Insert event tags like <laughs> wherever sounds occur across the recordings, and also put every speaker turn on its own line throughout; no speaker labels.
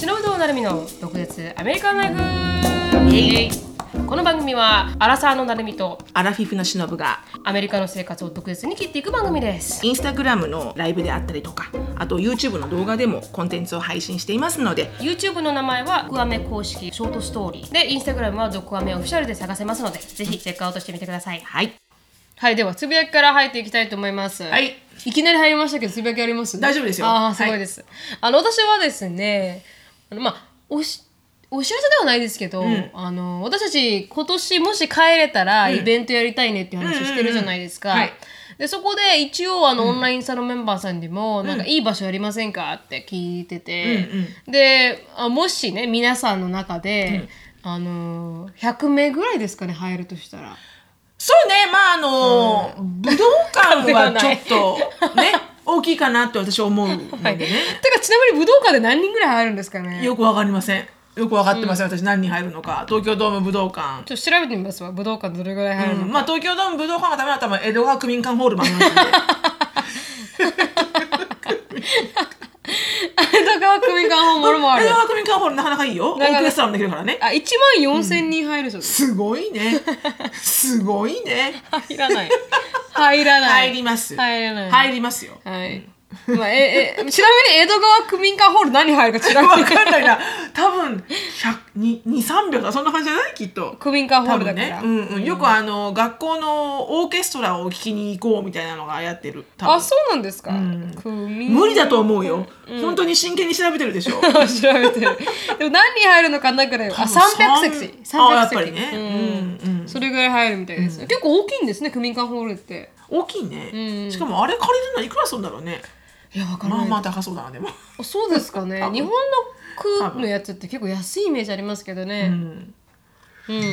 野成美の独舌アメリカンライフこの番組はアラサーの成美と
アラフィフの忍が
アメリカの生活を独舌に切っていく番組です
インスタグラムのライブであったりとかあと YouTube の動画でもコンテンツを配信していますので
YouTube の名前はドクアメ公式ショートストーリーで Instagram はドクアメオフィシャルで探せますのでぜひチェックアウトしてみてください
はい
はいではつぶやきから入っていきたいと思います
はい
いきなり入りましたけどつぶやきあります
大丈夫ですよ
ああすごいです、あの私はですねあのまあおしお知らせではないですけど、
ん
あの私たち今年もし帰れたらイベントやりたいねっていう話をしてるじゃないですか、
うんうんうんはい
でそこで一応あの、オンラインサロンメンバーさんにも、なんかいい場所やりませんかって聞いてて、
うん
であもしね皆さんの中で、あの100名ぐらいですかね入るとしたら。
そうねまああの、武道館はちょっ
<laughs>
とね大きいかなって私は思うので
はい、
ね、
てかちなみに武道館で何人ぐらい入るんですかね
よくわかりませんよくわかってません、私何人入るのか東京ドーム武道館
ちょっと調べてみますわ武道館どれぐらい入るの
う
か、
んまあ東京ドーム武道館がダメだったらまあ江戸川区民館ホールもありますんで
江戸川区民館ホール <laughs> もあ
江
る <laughs>
戸川区民館ホールなかなかいいよオ
なかなか
ーケストラもできるからね
あ1万4000人入るそうです、
すごい
<laughs>
ねすごいね
入らない入らない
入ります
入らない
入りますよ
はい、まあ、ええちなみに江戸川区民館ホール何入るか調べ
わ
て <laughs>
かんないな多分23秒だそんな感じじゃないきっと
区民館ホ
多
ールだ
分
か
ね
ら、、
うんうん、よくあの学校のオーケストラを聴きに行こうみたいなのがやってる多分
あそうなんですか、区民
無理だと思うよ、本当に真剣に調べてるでしょ
調べてるでも何人入るのかなぐらいあ300席300席
あやっぱりね、うんうん
それぐらい入るみたいです、結構大きいんですね区民館ホールって
大きいね、
うん
しかもあれ借りるのいくらするんだろうね
いやわから
ま
な
あ
い
まあ高そうだなでも、
あそうですかね
多分
日本の区のやつって結構安いイメージありますけど
う
ね
ん
うん、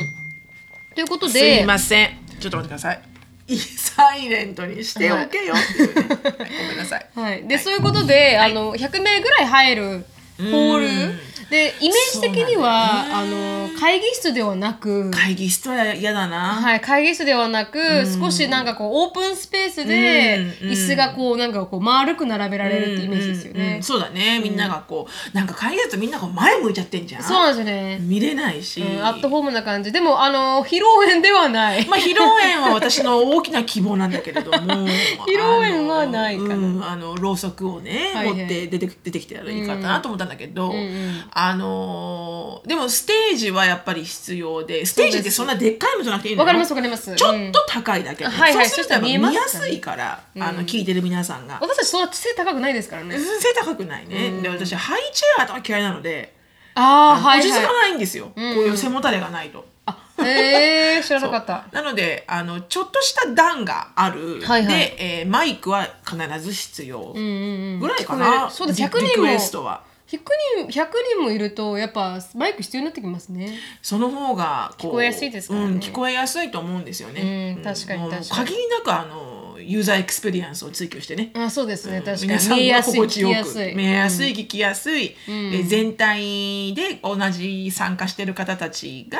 ということ
すい
で
ませんちょっと待ってくださいいいサイレントにしておけよっていうね、はいごめんなさい
はい、でそういうことで、あの100名ぐらい入るホール
うん
でイメージ的には、あの会議室ではなく、
<laughs> 会議室は嫌だな、
はい、会議室ではなく、少しなんかこうオープンスペースで、
うん
椅子がこうなんかこう丸く並べられるってイメージですよね、
うんうんそうだねみんながこう、なんか会議室みんなが前向いちゃってんじゃん
そうなんですよね、
見れないし、
うんアットホームな感じでもあの披露宴ではない
まあ、披露宴は私の大きな希望なんだけれ
<laughs>
ども披
露宴はないかな
あのろうそくをね、
はいはい
持って出て出てきてたらいいかなと思ったんだけど、
んうん
あのーでもステージはやっぱり必要でステージってそんなでっかいものじゃなくていいの
わ
よ
かりますわかります
ちょ
うん
っと高いだけで、
うんはいはい
そうするとやっぱ
ちょっと見え
見
ま
や
すから
すいから、あの聞いてる皆さんが、
私たちそんな背高くないですからね
背高くないね、で私ハイチェアとか嫌いなので、
ああはい
落ち着か
はい
ないんですよ、こういう背もたれがないと。
あへえ知らなかった
なのであのちょっとした段がある、
はいはい
で、えーマイクは必ず必要
うんうんうん
ぐらいか
聞こえ
な、
るそうです
リ
100人も
リクエストは
100人 ,100 人もいるとやっぱマイク必要になってきますね
その方がこ
聞
う
こえやすいですからね
うん、聞こえやすいと思うんですよね、
うん確かに
もう
確かに
限りなくあのユーザーエクスペリエンスを追求してね
あそうですね確か
皆
に
さん
見え
が
やすい
心地よ
聞きやす
く
い
見えやすい聞きやすい、で全体で同じ参加してる方たちが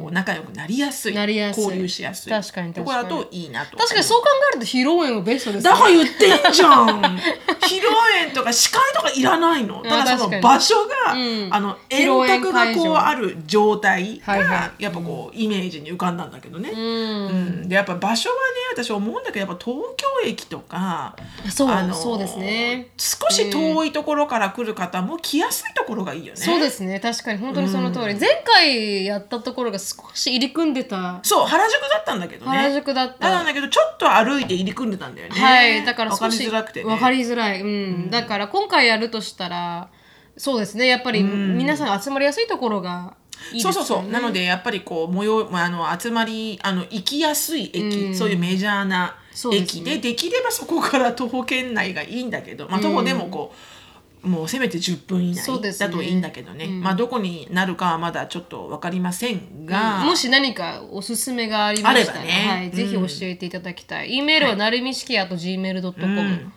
こう仲良くなりやすい,、
なりやすい
交流しやすい
確かに確かに
ところだといいなと
確かにそう考えると披露宴はベストですね
だから言ってんじ
<laughs>
ゃん披露宴とか司会とかいらないのただ
確
そ
か
の
に
場所が、
うん
あの
披
円
露宴
卓が
会
こう
場
ある状態が、
はいは
やっぱこうイメージに浮かんだんだけどね、
うん
うんでやっぱ場所はね私思うんだけどやっぱ東京駅とか
そう
あの
そうですね
少し遠いところから来る方も来やすいところがいいよね。
そうですね確かに本当にその通り、前回やったところが少し入り組んでた
そう原宿だったんだけどね
原宿だった
なんだけどちょっと歩いて入り組んでたんだよね。
はい、だから
分か
少
り
し
づらくてね。
わかりづらい、うん、だから今回やるとしたら、そうですね、やっぱり皆さん集まりやすいところがいいです
そ
よね。
うそうそうなのでやっぱりこう模様あの集まりあの行きやすい駅、そういうメジャーな
そうです
駅
ね
でで,、きればそこから徒歩圏内がいいんだけど、まあ、徒歩でもこう、もうせめて10分以
そうです
内
ね
だといいんだけどねまあ、どこになるかはまだちょっと分かりませんが、
もし何かおすすめがありましたら、
あればね
はい、ぜひ教えていただきたい。E メールはなるみしきやと gmail.com、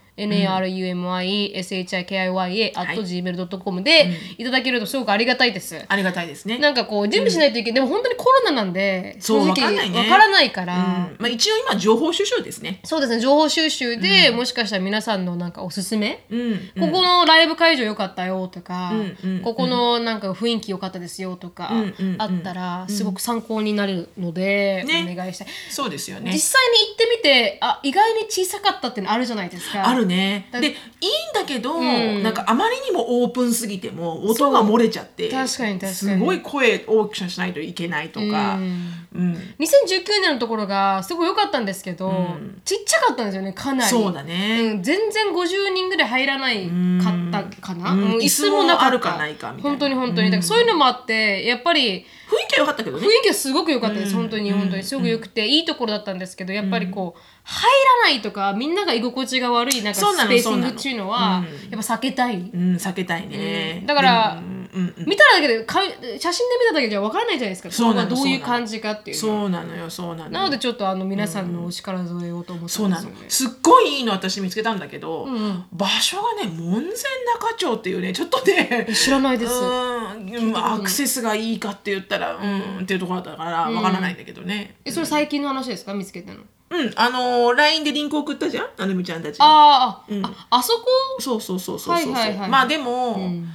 narumishiki.shikiyai.gmail.com でいただけるとすごくありがたいです。
ありがたいですね。
なんかこう準備しないといけない、でも本当にコロナなんで
そう
正
わかんな
直
いね
わからないか
う
ら
ん、まあ一応今情報収集ですね。
そうですね情報収集で、もしかしたら皆さんのなんかおすすめ、
うん、
ここのライブ会場良かったよとか、
うんうんうん
ここのなんか雰囲気良かったですよとか、
うんうんうん
あったらすごく参考になるので、
ね
お願いしたい、
そうですよ
実
ね。
際に行ってみてあ意外に小さかったってのあるじゃないですか
あるね。
だ
でいいんだけど、
ん
なんかあまりにもオープンすぎても音が漏れちゃって、
そう確かに確かに
すごい声大きくしないといけないとか
う、ん
うん、
2019年のところがすごい良かったんですけど、
ん
ちっちゃかったんですよねかなり
そうだね。
うん、全然50人ぐらい入らないかったかな、
うん
うん
椅子も
な
あるかないかみたいな
本当に本当に、だからそういうのもあってやっぱり
雰囲気は良かったけど
雰
ね
囲。気はすごく良かったです、
うん
本当に
うん
本当にすごく良くて、いいところだったんですけどやっぱりこう入らないとかみんなが居心地が悪いなんか
そうな
ス
の
ペーシングっていうのは
そうなのうん
やっぱ避けたい、
うん、避けたいね。
だから
うんうんうん
見ただけでか写真で見ただけじゃ分からないじゃないですか
そうなの
ここがどうい
そううなの
感じかっていうの
そうなのよ、そうなのよ。
なのでちょっとあの皆さんのお力添えをと思って
そうなの。
です
すっごいいいの私見つけたんだけど、
うんうん
場所がね、門前仲町っていうね、ちょっとね、
知らないです、
うん、まあアクセスがいいかって言ったら、うん、っていうところだったから、わからないんだけどね。
えそれ最近の話ですか見つけたの
うん、あのー、LINE でリンク送ったじゃん、なるみちゃんたちに。
あーあ、
うん
ああそこ
そうそうそうそうそうそう、
はいはいはい
まあでも、
ん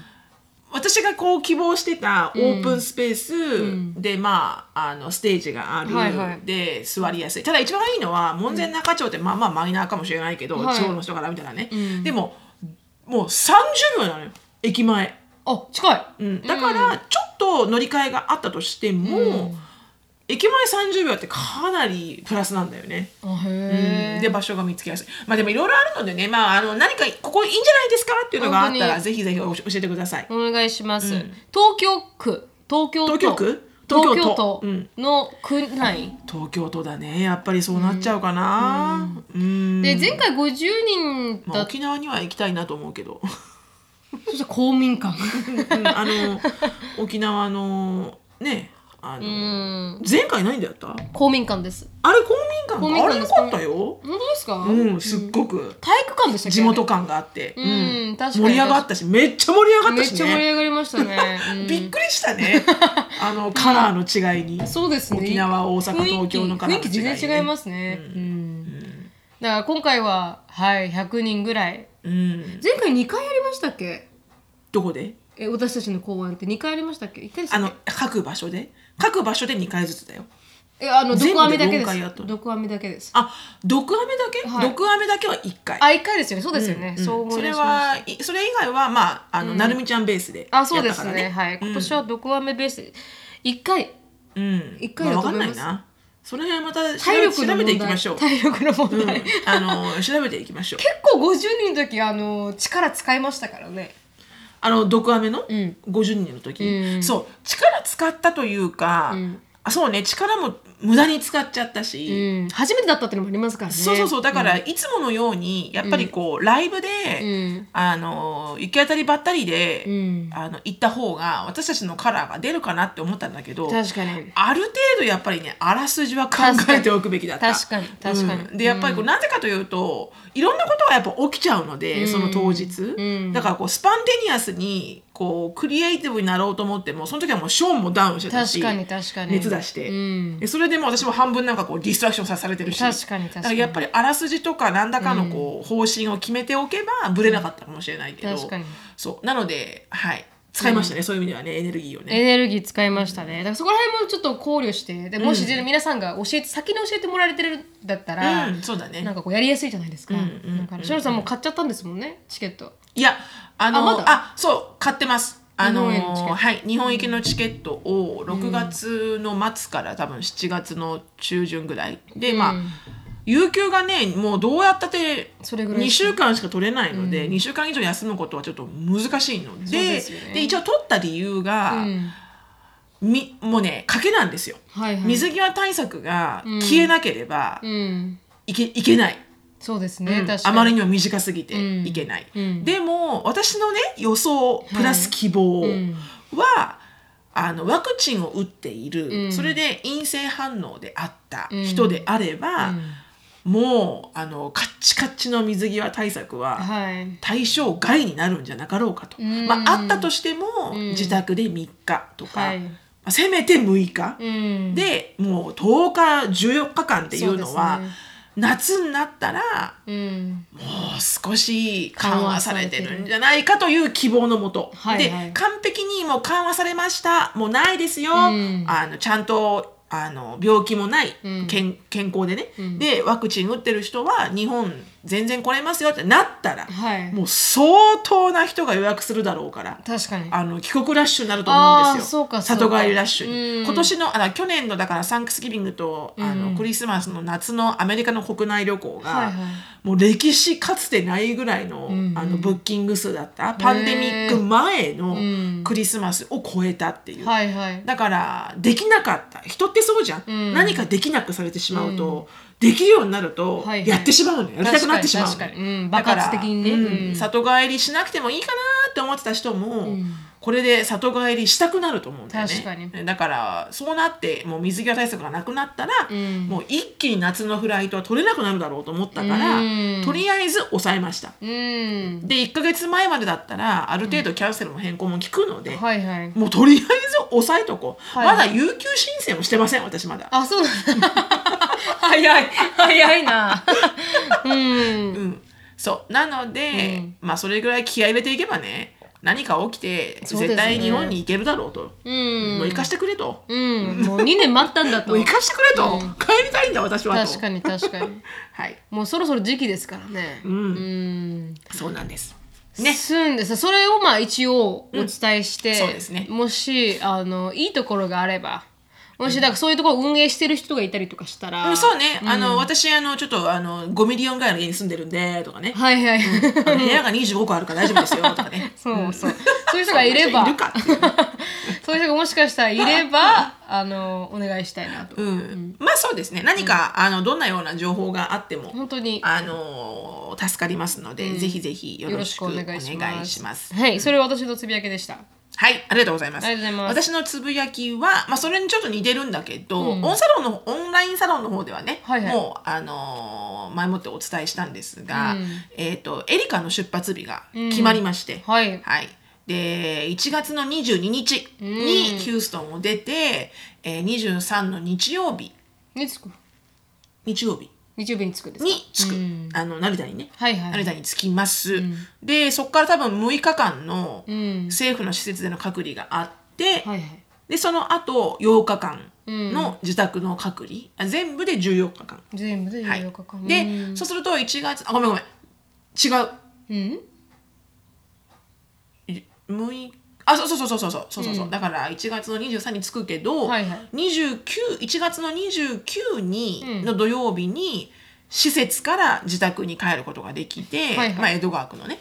私がこう希望してたオープンスペー
ん
スで、まああのステージがある、
はいはい
で座りやすいただ一番いいのは門前仲町って、まあまあマイナーかもしれないけど、
はい
地方の人から見たらね、
ん
でももう30秒なのよ駅前、
あ近い、
うん、だからちょっと乗り換えがあったとしても、駅前30秒ってかなりプラスなんだよね。
あへえ、
で場所が見つけやすい。まあでもいろいろあるのでね、まああの何かここいいんじゃないですかっていうのがあった
本当
ら
に
ぜひぜひ教えてください。
お願いします、
うん
東京区東京都
東京区
東京
東京
都
都うん
の区内、
東京都だね、やっぱりそうなっちゃうかな。うん。
で前回50人
まあ
だっ
沖縄には行きたいなと思うけど、
そしたら公民館
うん <laughs> あの沖縄のね、あ
う
の
ん
前回何でやった？
公民館です
あれ公
公
民
民館
館あれ
で
良
す
かったよ。
本当ですか、
うん、すっごく
体育館でしたっけ
地元感があって、
うん確かに
盛り上がったし、めっちゃ盛り上が
あれ
っ
め
た
っ
し
ち
ね。
ゃ盛り上がりましたね、うん
びっくりし
<laughs>
たねあのカラーの違いに
そうですね
沖縄大阪
雰囲気
東京のカラー
雰囲
の違い、ね、
気全然違いますね、うんだから今回ははい100人ぐらい
うん
前回2回やりましたっけ
どこで
え私たちの公演って2回ありましたっけ1回です
あの各場所で各場所で2回ずつだよ
えあの
全
毒ア
部
メ
で
だけで
四回やった
す
の
毒アメだけです
あ毒飴だけ、
はい
毒飴だけは1回
あ一回ですよねそうですよね、
うん
そう思
そ
い出
れ
しました
はいそれ以外はまああの、なるみちゃんベースで
あそうで
やった
す
か
ね
ら
はい今年は毒アメベース1回
うん
一回
ま
だ
あ
と
わ
思
か
いま
んな
す
いなその辺また調
体
べ
力の
調べ
問
て
題
いきましょう、
体力の問題、
うん
結
あの調べていきましょう
構50人の時あの力使いましたからね
あの毒飴の
ん
50人の時、
うん
そう力使ったというか、
ん
あそうね力も無駄に使っちゃったし、
うん初めてだったっていうのもありますからね
そうそうそうだからいつものようにやっぱりこう、ライブで、
うん
あの行き当たりばったりで、
うん
あの行った方が私たちのカラーが出るかなって思ったんだけど
確かに
ある程度やっぱりねあらすじは考えておくべきだった
確かに確かに
うんでやっぱりこうなぜかというといろんなことがやっぱ起きちゃうので、その当日、
ん
だからこうスパンテニアスにこうクリエイティブになろうと思ってもその時はもうショーンもダウンしてたし
確かに確かに
熱出して、
うん
でそれでもう私も半分なんかこうディストラクションさされてるし
確かに確かに
だらやっぱりあらすじとか何らかのこう方針を決めておけばぶれなかったかもしれないけど、
確かに
そうなのではい使いましたね、そういう意味ではねエネルギーをね。
エネルギー使いましたねだからそこら辺もちょっと考慮してでもし皆さんが教えて先に教えてもらえてるんだったら、
うん、そうだね
なんかこうやりやすいじゃないですか、
うんうんうん
だからしのさんもう買っちゃったんですもんねチケット
いや、あの、
あ
あ,、
まだ
そう、買ってます。あの
日本へのチケット
はい、日本行きのチケットを6月の末から多分7月の中旬ぐらいで、まあ、有給がねもうどうやったって
それぐらい
2週間しか取れないので、2週間以上休むことはちょっと難しいので
そうですよね
一応取った理由
う
が、
ん
みもうね賭けなんですよ。
はいはい
水際対策が消えなければ
うん
いけ,、いけない、
そうですね、
うん
確か
あ
に
まりにも短すぎて
うん
いけない、
うん
でも私のね予想プラス希望は、
うん
あのワクチンを打っている、
うん
それで陰性反応であった
うん
人であれば、
うん
もうあのカッチカチの水際対策は
はい。
対象外になるんじゃなかろうかと、
うん
まあ、あったとしても、
うん
自宅で3日とか、
はい。
まあせめて6日、
うん。
でもう10日14日間っていうのは
そうですね
夏になったら
うん。
もう少し緩和されてるんじゃないかという希望のもと、
はいはい
で完璧にもう緩和されましたもうないですよ、
うん
あのちゃんとあの病気もない、
うん
健健康でね、
うん
でワクチン打ってる人は日本全然来れますよってなったら、
はい。
もう相当な人が予約するだろうから。
確かに。
あの帰国ラッシュになると思うんですよ。
あーそうかそうか
里帰りラッシュに。
うん
今年のあら去年のだからサンクスギビングと、あ
う
の
ん
クリスマスの夏のアメリカの国内旅行が、
はいはい
もう歴史かつてないぐらいの,、
うんうん
あのブッキング数だったパンデミック前の
うん
クリスマスを超えたっていう。
はいはい。
だからできなかった人ってそうじゃん、
うん
何かできなくされてしまうと、できるようになると、
はいはい
やってしまうのよやりたくなってしまうのよ
確かに確かにうん
だから
爆発的にね
うん
うん
里帰りしなくてもいいかなって思ってた人も、
ん
これで里帰りしたくなると思うんだよね
確かに
だからそうなってもう水際対策がなくなったら、
うん
もう一気に夏のフライトは取れなくなるだろうと思ったから、
うん
とりあえず抑えました
うん。
で1ヶ月前までだったらある程度キャンセルも変更も効くので、
はいはい。
もうとりあえず押さえとこう、
はい
まだ有給申請もしてません私まだ、
あ、そうなんだ。早い。早いな。うん。
うん、そうなので、まあそれぐらい気合い入れていけばね何か起きて
そうですね
絶対日本に行けるだろうと
うん。
もう行かしてくれと、
うん。もう2年待ったんだ
も
と
う。行かしてくれと、
うん
帰りたいんだ私はと
確かに確かに。
はい
もうそろそろ時期ですからね。
うん
うん
そうなんですね
ね、すんですそれをまあ一応お伝えして、
うんそうですね
もしあのいいところがあればもしだからそういうところを運営してる人がいたりとかしたら、
うんそうね、あの私あのちょっとあの5ミリオンぐらいの家に住んでるんでと
<laughs>
かね
はいはい、
あの部屋が25個あるから大丈夫ですよとかね
そうそう <laughs> そういう人がいれば
いるかっていうね
そういう人がもしかしたらいればあのお願いしたいなと、
うん、まあそうですね何か、あのどんなような情報があっても
本当に
あのー助かりますので、ぜひぜひよ
よ
ろ
ろ
し
し
く
く
お
お
願
願
い
い
し
し
ま。
ますすはいそれは私のつぶやきでした
はい、ありがとうございます。
ありがとうございます
私のつぶやきは、まあ、それにちょっと似てるんだけど、オンサロンの、オンラインサロンの方ではね、
はいはい
もう、あのー前もってお伝えしたんですが、
うん
えっ、と、エリカの出発日が決まりまして、
はい
はい。で、1月の22日にヒューストンを出て、えー、23の日曜日、
につく
日曜日
日曜日につくんですか
に着く、
うん
あの、成田にね、
はいはい
成田に着きます、でそこから多分6日間の
うん
政府の施設での隔離があって、
はいはい
でその後8日間の自宅の隔離、あ全部で14日間、
全部で
はい
14日間、
でそうすると1月あごめんごめん違う
うん
い6あそうそうそうそうそうそうそうそうだから1月の23に着くけど、
はいはい
29 1月の29に、の土曜日に施設から自宅に帰ることができて、
はいはい
まあ、江戸川区のね、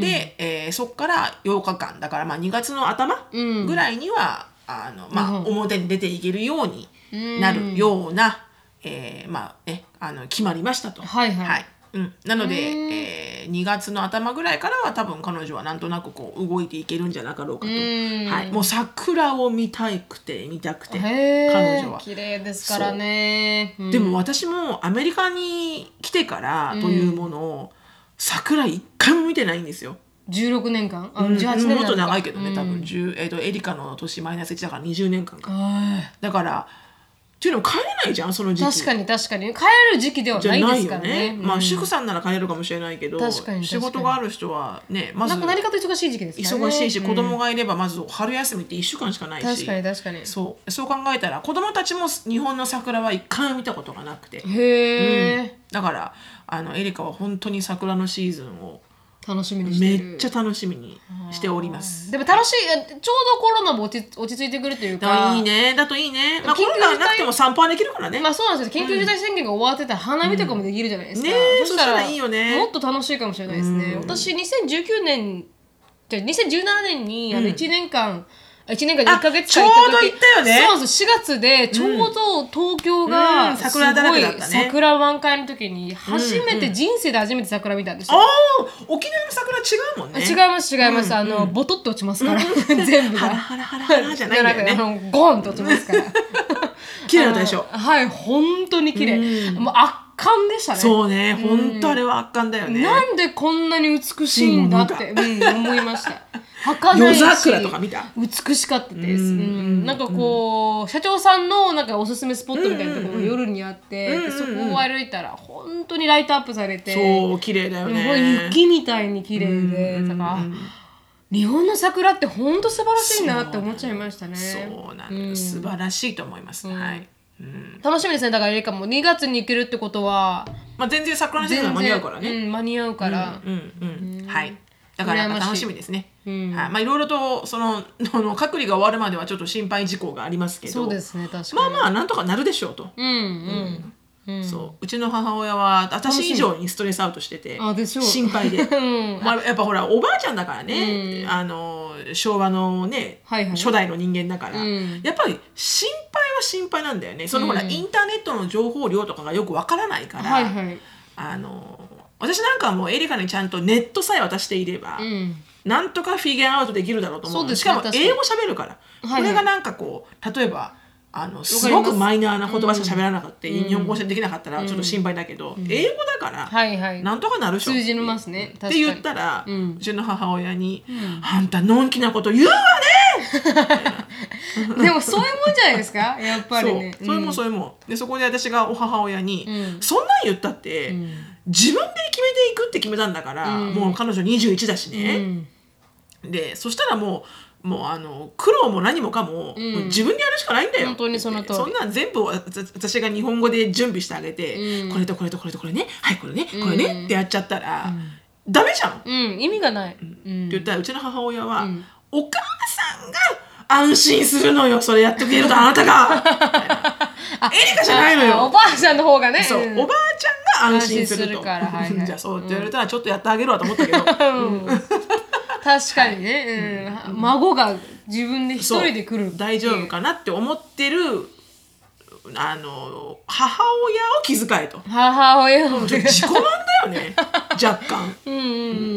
で、えーそこから8日間だからまあ2月の頭
うん
ぐらいには、あのまあ、
日
表に出ていけるようになるような、えーまあね、あの決まりましたと。
はいはい
うん、なので、えー2月の頭ぐらいからは多分彼女はなんとなくこう動いていけるんじゃなかろうかと、
うん
はい、もう桜を見たくて見たくて
へ
彼女
え
は。
綺麗ですからね、うん
でも私もアメリカに来てからというものを、桜一回も見てないんですよ。
16年間あ、
うん
18年間
もっと長いけどね、多分10、えー、とエリカの年マイナス1だから20年間か
は
だからっていうのも帰れないじゃんその
い
時期
確かに確かに帰る時期では
じゃ
ない
な
で
い
すか
よ
ら
ね
ね
まあ主婦さんなら帰れるかもしれないけど
確かに
仕事がある人はねまず
なんか何かと忙しい時期ですからね
忙しいし、子供がいればまず春休みって1週間しかないし
確かに確かに
そうそう考えたら子供たちも日本の桜は一回も見たことがなくて
へえ、
だからあのエリカは本当に桜のシーズンを
楽しみにして
め
る
っちゃ楽しみにしております。
でも楽しいえちょうどコロナも落ち落ち着いてくるという
だから
か
いいねだといいね、まあ、コ
緊急
ロ
事態
ナがなくても散歩はできるからね、
まあそうなんですよ緊急事態宣言が終わってたら花見とかもできるじゃないですか、
うんねえそしたらいいよね
もっと楽しいかもしれないですね、私2019年じゃあ2017年にあの1年間、1年間
あ
1か月間行った時
ちょうど行ったよね
そうなんですよ4月でちょうど東京が、
うん桜だらけだったね
すごい桜満開の時に初めて、人生で初めて桜見たんですよ、
あー沖縄の桜違うもんね
違います違います、あのボトッと落ちますから、全部
ハラ
が。
ハラハラハラじゃないんだよね
あのゴーンと落ちますから
綺麗だったでしょ
あのはい本当に綺麗もう圧巻でしたね
そうね、
うん
本当あれは圧巻だよね。
なんでこんなに美しいんだって、うん、思いま
<laughs>
した。儚い
夜
し
桜とか見た
美しかったです。
う
うんんなんかこう、社長さんのなんかおすすめスポットみたいなところ
うんうん
が
うん
夜にあって、
うんうんうん
そこを歩いたら本当にライトアップされて、
そう綺麗だよ
すごい
ね。
雪みたいに綺麗で、
うん
だからあ日本の桜って本当素晴らしいなって思っちゃいましたね。
そうなんだよ、
うん
素晴らしいと思います。
うん
はい。うん
楽しみですね。だからエリカも2月に行けるってことは
まあ全然桜のシーズンは間に合うからね。
ん間に合うから。
うんうん、うん、はい。だから
羨ましい
楽しみですね。
うん
はい。まあいろいろとその <laughs> あの隔離が終わるまではちょっと心配事項がありますけど。
そうですね確かに。
まあまあなんとかなるでしょうと。
うんうん。うん
そううちの母親は私以上にストレスアウトしてて
あでしょう
心配で、
<laughs> うん
まあ、やっぱほらおばあちゃんだからね、あの昭和のね、
はいはい
初代の人間だから、
うん
やっぱり心配は心配なんだよねそのほら、
うん
インターネットの情報量とかがよくわからないから、
はいはい。
あの私なんかはもうエリカにちゃんとネットさえ渡していれば、
うん。
なんとかフィギュアアウトできるだろうと思う
そうですね
しかも
確かに
英語喋るから、
いはい
これがなんかこう例えばあの
ます
すごくマイナーな言葉しか喋らなかった、日本語しかできなかったらちょっと心配だけど、英語だから、
はいはい。
なんとかなるでしょ
通じますね。確か
っ
に
て言ったら、う
うん
ちの母親に、あんたのんきなこと言うわね
でもそういうもんじゃないです
<laughs>
か。やっぱりね。
そうそれもそれも、でそこで私がお母親に、
う
そんなん言ったって、自分で決めていくって決めたんだから、もう彼女21だし
う
ね、
ん。
でそしたらもうもうあの苦労も何もかも,、
ん
もう自分でやるしかないんだよ
本当にその通り
そんなん全部わた私が日本語で準備してあげて、
うん
これとこれとこれとこれねはいこれねこれね、ってやっちゃったら、ダメじゃん
うん、意味がない。うん
って言ったらうちの母親は、
ん
お母さんが安心するのよそれやってくれるとあな
<laughs>
たがエリカじゃないの
あお
よ
ばあちゃんの方がね。
そう、
うん
おばあちゃんが安心する
安心す
と
るからはいはい
<laughs> じゃあそうって言われたらちょっとやってあげるわと思ったけど
うん <laughs> 確かにね、うん、孫が自分で一
そう
人で来る。
大丈夫。かなって思ってるあの母親を気遣えと
母親を。
<laughs> ちょっと自己満だよね若干
うんうんう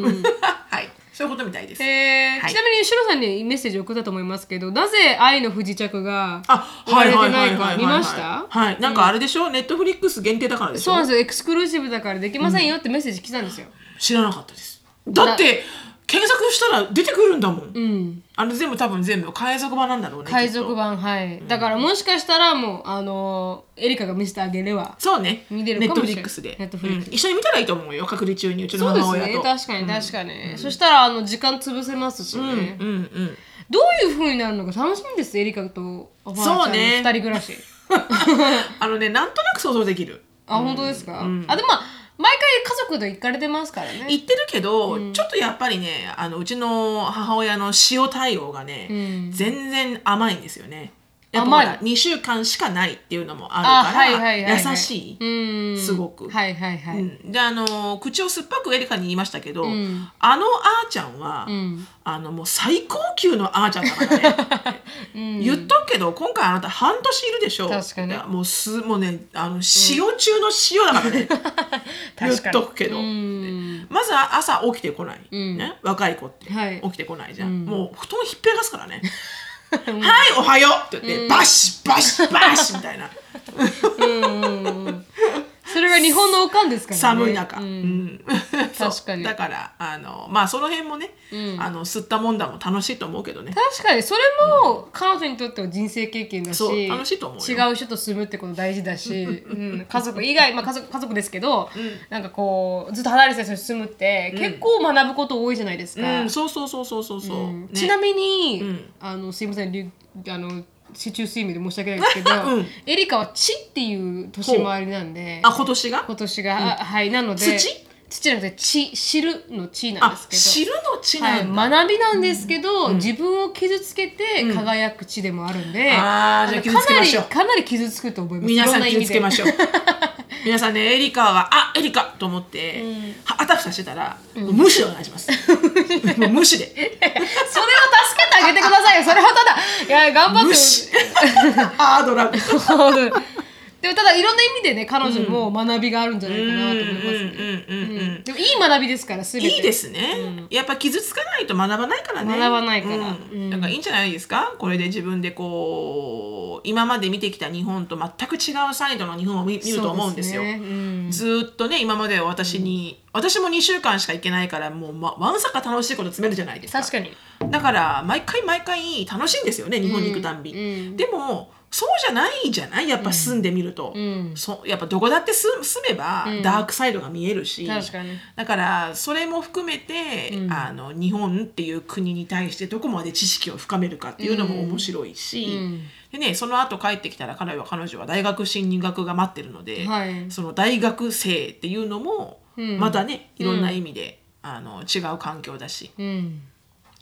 ん。
はいそういうことみたいです
えー
はい
ちなみにシロさんにメッセージを送ったと思いますけどなぜ「愛の不時着」が
あ
生ま
はい
れ
は
て
いは
ないい
はいは
か
い
見ました
はいなんかあれでしょ、ネットフリックス限定だからでし
そ
ょ
うなんですよエクスクルーシブだからできませんよってメッセージ来たんですよ、
知らなかったですだって検索したら出てくるんだもん、
うん、
あれ全部多分全部海賊版なんだろうね
海賊
きっと
版はいだからもしかしたらもうあのーエリカが見せてあげれば
そうね
見れ
ネ
る
ッ
か
ト
も
フ
し
リ
れな
ッ
い
クスで
Netflix
うん一緒に見たらいいと思うよ隔離中にうちの
そうです
母親と
ね確かに確かに、そしたらあの時間潰せますしね、
うんうん
どういうふうになるのか楽しみですエリカとおばあちゃんの
そうね
2人暮ら
<laughs>
し、
あのねなんとなく想像できる
あ本当ですか、あでもまあ毎回家族で行かれてますからね
言ってるけど、ちょっとやっぱりねあのうちの母親の塩対応がね、
うん
全然甘いんですよねやっぱほら
甘
2週間しかないっていうのもある
あ
から、
はいはいはいはい
優しい、
うん
すごく
はいはいはい、
うんであの口を酸っぱくエリカに言いましたけど、
ん
あのあーちゃんは、
ん
あのもう最高級のあーちゃんだから
<laughs>
ね、言っとくけど今回あなた半年いるでしょ
確かに
いやもうすもうねあの塩中の塩だか
<laughs>
らね、言っとくけど、
うん
まずは朝起きてこない、
ん
ね、若い子って、
はい
起きてこないじゃん、もう布団ひっぺがすか
<laughs>
らね「はいおはよう」って言って、バシバシバシみ
<laughs>
たいな
それが日本のおかんですからね
<laughs> 寒い中、
う
うんん <laughs> そう
確かに
だからあのまあその辺もね、あの吸ったもんだも楽しいと思うけどね
確かにそれも彼女にとっては人生経験だし
そう楽しいと思うよ
違う人と住むってこと大事だ
<laughs>
し、うん、家族以外、まあ、家族家族ですけど、なんかこうずっと離れてた人と住むって結構学ぶこと多いじゃないですか、
うん、そうそうそうそうそうそう、ね
ちなみに、
ん
あのすいませんりゅあの市中睡眠で申し訳ないですけど、
うん
エリカは「ち」っていう年回りなんで
あ今年が
今年が、あはいなので
土
土なので「ち」知るの「ち」なん
あ
ですけど
知るの知
は、
ないんだ、
学びなんですけど、自分を傷つけて輝く地でもあるんで、
あーじゃあ傷つけましょう
かなりかなり傷つくと思います
皆さん
いろな
気
意
を
味
つ
で
けましょう皆さんねエリカが「あエリカ!」と思って、はあたふたしてたら、もう無視でお願い
<laughs>
しますもう無視で
それを助けてあげて <laughs> くださいよそれはただいや頑張って
無視ハードラブ
ほどでもただいろんな意味でね彼女も学びがあるんじゃないかなと思いますね、
うんうんうんうんうん
うんでもいい学びですから全て
いいですね、やっぱ傷つかないと学ばないからね
学ばないから
うん
うん
だからいいんじゃないですかこれで自分でこう今まで見てきた日本と全く違うサイドの日本を見見ると思うんですよ
そねうん
ずーっとね今まで私に、私も2週間しか行けないからもう、ま、わんさか楽しいこと詰めるじゃないですか
確かに
だから毎回毎回楽しいんですよね日本に行くたんび、
うん
でもそうじゃないじゃないやっぱ住んでみると、
うん
そやっぱどこだって住住めば
うん
ダークサイドが見えるし、
確かに
だからそれも含めて、
うん
あの日本っていう国に対してどこまで知識を深めるかっていうのも面白いし、
うん
でね、その後帰ってきたら彼は彼女は大学進入学が待ってるので、
はい
その大学生っていうのも
うん
またね、いろんな意味で、あの違う環境だし、
うん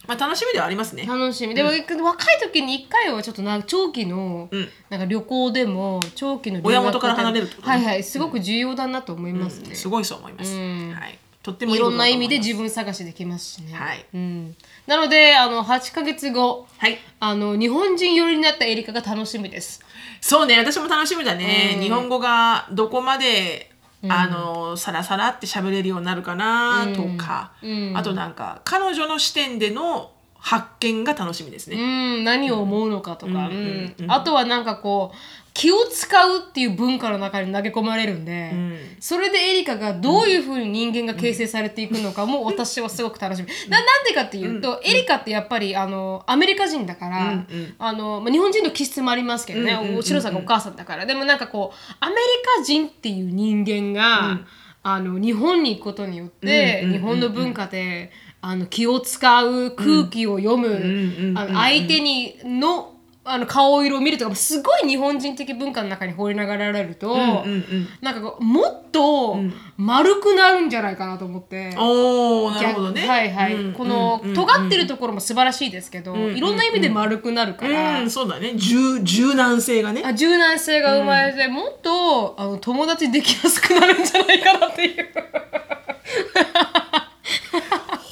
まあ、楽しみではありますね。
楽しみでも、若い時に一回はちょっとな長期の、
うん
なんか旅行でも長期の留学
親元から離れるってことね
はいはいすごく重要だなと思いますね、
すごいそう思います。
うん
はい、とっても
い
こ
ろ
と
ん
だ
な
と
意
思
味
い
で
ます
自分探しできますしね、
はい
うん、なのであの8ヶ月後
はい、
あの日本人寄りになったエリカが楽しみです
そうね、私も楽しみだね。
うん
日本語がどこまで、あのサラサラって喋れるようになるかなとか、
うん
あとなんか彼女の視点での発見が楽しみです
う
ね。
ん何を思うのかとか、
う
うんん
うんうん
あとはなんかこう気を使うっていう文化の中に投げ込まれるんで、
ん
それでエリカがどういうふうに人間が形成されていくのかも私はすごく楽しみ、ななんでかっていうと、エリカってやっぱりあのアメリカ人だから、
うんうん
あのまあ日本人の気質もありますけどね、
うんうんうんうん
お白さんがお母さんだからでもなんかこうアメリカ人っていう人間が、あの日本に行くことによって、
うんうんうんうん
日本の文化であの気を使う空気を読む、
んうん
あの相手にのあの顔色を見るとかすごい日本人的文化の中に放り流られると、
うんうんうん
なんかこうもっと
ん
丸くなるんじゃないかなと思って。
おお、なるほどね。
逆はいはい、
うん
この、
うんうん
尖ってるところも素晴らしいですけど、
うん
いろんな意味で丸くなるから、
うん、そうだね。柔柔軟性がね。
あ柔軟性が生まれて、もっとあの友達できやすくなるんじゃないかなっていう。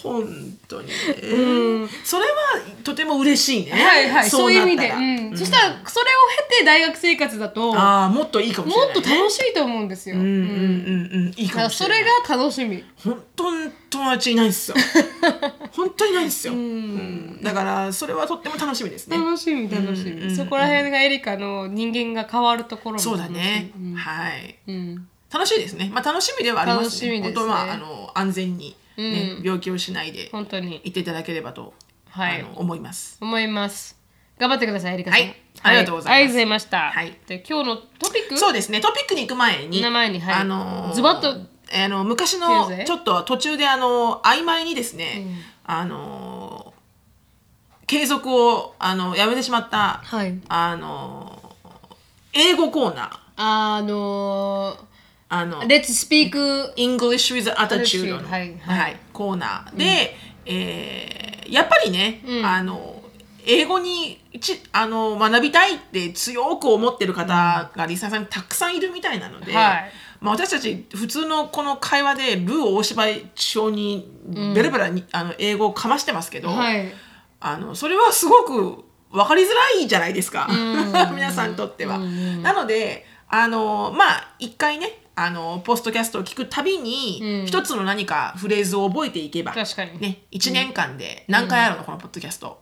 本当にね、それはとても嬉しいね。
はいはい、そういう意味
なっ
で、
た
う
ら
んそしたらそれを経て大学生活だともっ
ああ、もっといいかもしれない、ね。
と楽しいと思うんですよ。
うんうん
だ
うんうん、いいか
から
もし
そ
れない
れ。が楽しみ。
本当に友達いないんです
<laughs>
よ本当にいないんですよ、うんだからそれはとっても楽しみですね、
楽しみ楽しみ、
うんうん
そこら辺がエリカの人間が変わるところも
そうだね、
楽しみうん
はい
うん
楽しいですねまあ楽しみではありますね
楽しみですね
本当はあの安全に、ね
うん
病気をしないで
本当に
行っていただければと、
はい
あの思います
思います頑張ってくださいエリカさん
はいありがとうございます
ありがとうございました、
はい
で今日のトピック
そううですねトピックに行く前に
名前にはい
あのー
ズバッと
あの昔
切る
の
ぜ
ちょっと途中であの曖昧にですね、あのー継続をあのやめてしまった
はい
あの英語コーナー
あの
あの
ー、Let's speak
English with attitude の、
はいはい
コーナーで、えーやっぱりね、
うん
あの英語にちあの学びたいって強く思ってる方がリサさんにたくさんいるみたいなので、
はい
まあ、私たち普通のこの会話でルー大芝居症にベラベラに、あの英語をかましてますけど、
はい
あのそれはすごく分かりづらいじゃないですか、 <laughs> 皆さんにとっては。なのであのまあ一回ねあのポストキャストを聞くたびに、
うん
一つの何かフレーズを覚えていけば
確かに
ね、1年間で何回あるの、このポッドキャスト。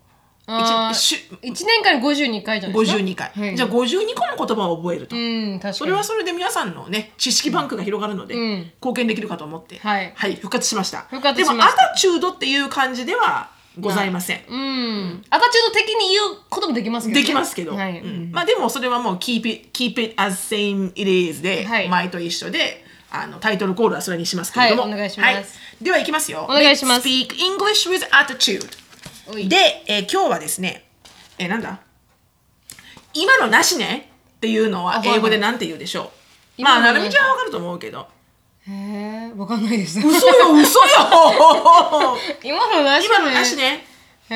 あー
一
一年間に52回じゃないですか
52回、
はい
じゃあ52個の言葉を覚えると、
うん確かに
それはそれで皆さんのね知識バンクが広がるので、
うん
貢献できるかと思って、
はい
復活しました
復活しました
でもアタチュードっていう感じではございません、
うんアタチュード的に言うこともできますけど、ね、
<laughs> できますけど、
はい、う
うんんまあでもそれはもう keep it, keep it as same it is で、
はい
前と一緒であのタイトルコールはそれにしますけれども、
はいお願いします
はいではいきますよお
願いします
Speak English with attitude
おい
で、えー今日はですねえーなんだ今のなしねっていうの
あ
は
はいはい
英語でなんて言うでしょう、
今のな
まあ
し
なるみちゃんはわかると思うけど
へえわかんないです
嘘よ嘘よ
<laughs> 今のなしだ
今
ね
のなしね
へ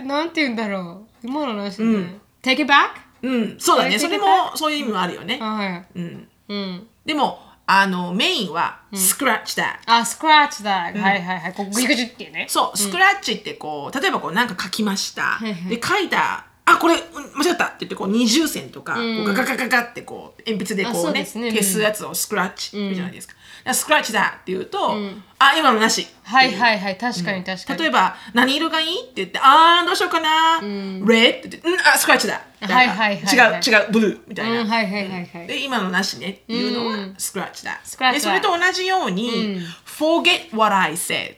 えなんて言うんだろう今のなしだね、Take it back?
うんそうだねそ
そ
れ
れ
もそういう意味もあるよね、
あはい
うん、
うん
でもあのメインは scratch that、
あ scratch that、はいはいはいこうグジグジっていうね
そう、スクラッチってこう例えばこうなんか書きました、
いはい
で書いたあこれうん間違ったって言ってこう二重線とか、
うん
こうガガガガガってこう鉛筆で
あ
こ
そうう
ね
ですね
消すやつをスクラッチ
うん
じゃないですか,、スクラッチだって言うと、あ今のなし
はいはいはい確かに確かに、
例えば「何色がいい?」って言って「あーどうしようかな、レッド」って言って「うんあスクラッチだ」みたいな
はいはいはいはい
違う違うブルー」みたいな、
うんはいはいはいはい
で今のなしねっていうのはスクラッチだ。
スクラッ
で
チ
そ
だ
れと同じように、forget what I said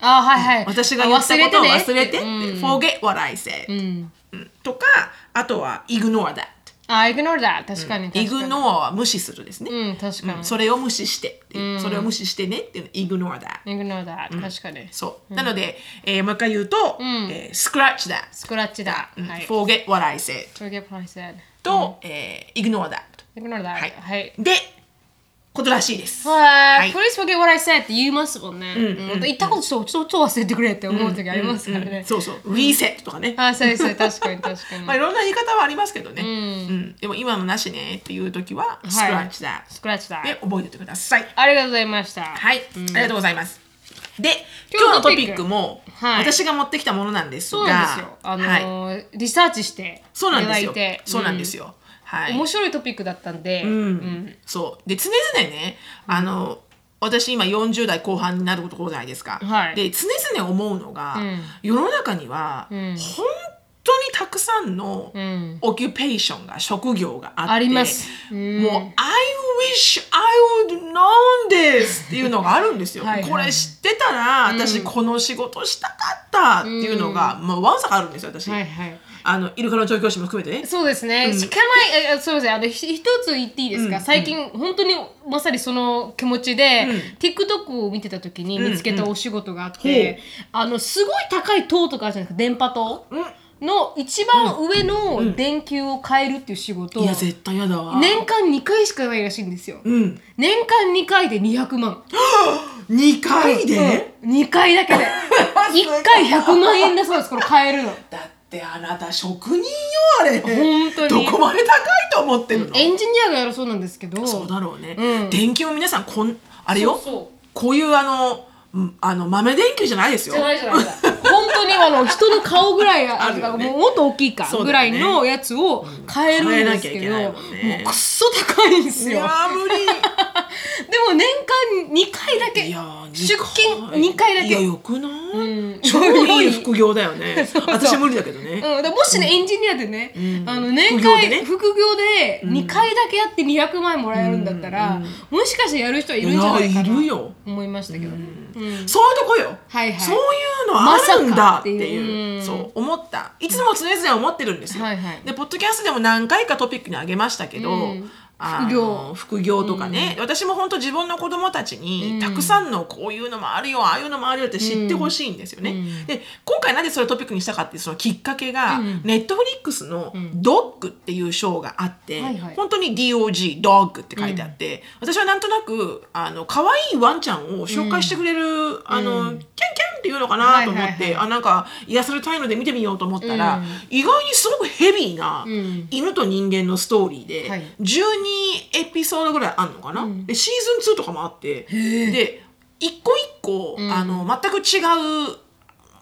あはいはい
私が言ったことを
ね
忘れてって、
うん
forget what I said、
うん
うんとかあとは ignore that
あ ignore that 確かに確かに
ignore は無視するですね、
うん確かに、
それを無視してっていう、それを無視してねっていうの ignore that
ignore that 確かに
そう、なので、えーもう一回言うと、えー scratch that
スクラッチだ、
うん
はい
forget what I said
forget what I said
と、えー ignore that
ignore that
はい、
はい
でことらしいです
はい、
はい
Please forget what I said って言いますもんね。うん言ったことちょっとちょっと忘れてくれって思う時ありますからね。
そうそう reset とかね、
あ、そうですね。確かに確かに。
<laughs> まあ、いろんな言い方はありますけどね、うんでも今のなしねっていう時は scratch that、
スクラッチだ。
で覚えておいてください
ありがとうございました。
はい、ありがとうございますで
今
今日
日
の
の
ト
ト
ピ
ピック
ックも、
はい
私が持ってきたものなんですが
そうなんですよ。あの
はい、
ーリサーチしてい
そうなん
ただ
です
い
よ
て、
そうなんですすよ、はい
面白いトピックだったんで、
うんそうで常々ねあの、私今40代後半になるところじゃないですか、
はい
で常々思うのが、
ん
世の中には、
ん
本当にたくさんの、
うん
オキュペーションが職業があって
ありますうん
もう「I wish I would known this」っていうのがあるんですよ
はいはい
これ知ってたら私この仕事したかったっていうのが、もうわんさかあるんですよ私、
はいはい。
あのイルカの調教師も含めてね
そうですね。しかまい、えすみません。あのひ一つ言っていいですか。最近本当にまさにその気持ちで、TikTok を見てた時に見つけたお仕事があって、
ほう
あのすごい高い塔とかあるじゃないですか。電波塔
うん
の一番上の電球を変えるっていう仕事。
いや絶対嫌だわ、
年間2回しかないらしいんですよ。
うん、
年間2回で200万。
2回で、
うん、2回だけ
<laughs>
で。1回100万円だそうです。これ変えるの。
だってあなた職人よあれ
本当に
どこまで高いと思ってるの、
エンジニアがやるそうなんですけど。
そうだろうね、
うん
電球も皆さんこんあれよ
そうそう
こういうあのうんあの豆電球じゃないですよ
じゃないじゃないじゃ
<laughs>
ない本当にあの人の顔ぐらいあ
あるよね
もうもっと大きいか
そう
ぐ
だ
ら
よ
い
ね
のやつを買えるんですけど、
変えな
も
きゃいけないもんね
うくっそ高いんです
い
よで
や
も
ー無理
年間2回だけ
いやー
出勤2回だけ
いやよくない、
うん
超いい副業だよね
そうそう
私無理だけどね、
うん、だからもしね、エンジニアでね、
ん
あの年
副業でね
間副業で2回だけやって200万円もらえるんだったら、もしかしてやる人はいるんじゃないか
いやいる
な
よ
と思いましたけど、うん
そういうとこよ、
はいはい
そういうのあるんだってい
まさかってい
う,、
う
そう思ったいつも常々思ってるんですよ、
はいはい
でポッドキャストでも何回かトピックにあげましたけど、
うん
あの
副業
副業とかね、私も本当自分の子供たちに、
うん
たくさんのこういうのもあるよああいうのもあるよって知ってほしいんですよね、
うん
で今回なぜそれをトピックにしたかっていうそのきっかけが、
うん
ネットフリックスの
ん
「ドッグ」っていうショーがあって、
はいはい
本当に DOG「ドッグ」って書いてあって、私はなんとなくあの可愛いワンちゃんを紹介してくれる、あの、キャンキャンっていうのかなと思って、
はいはいはい
あなんか癒されたいので見てみようと思ったら、
うん
意外にすごくヘビーな、
うん
犬と人間のストーリーで、
はい
12エピソードぐらいあるのかな、
うん
でシーズン2とかもあってで一個一個、
うん
あの全く違う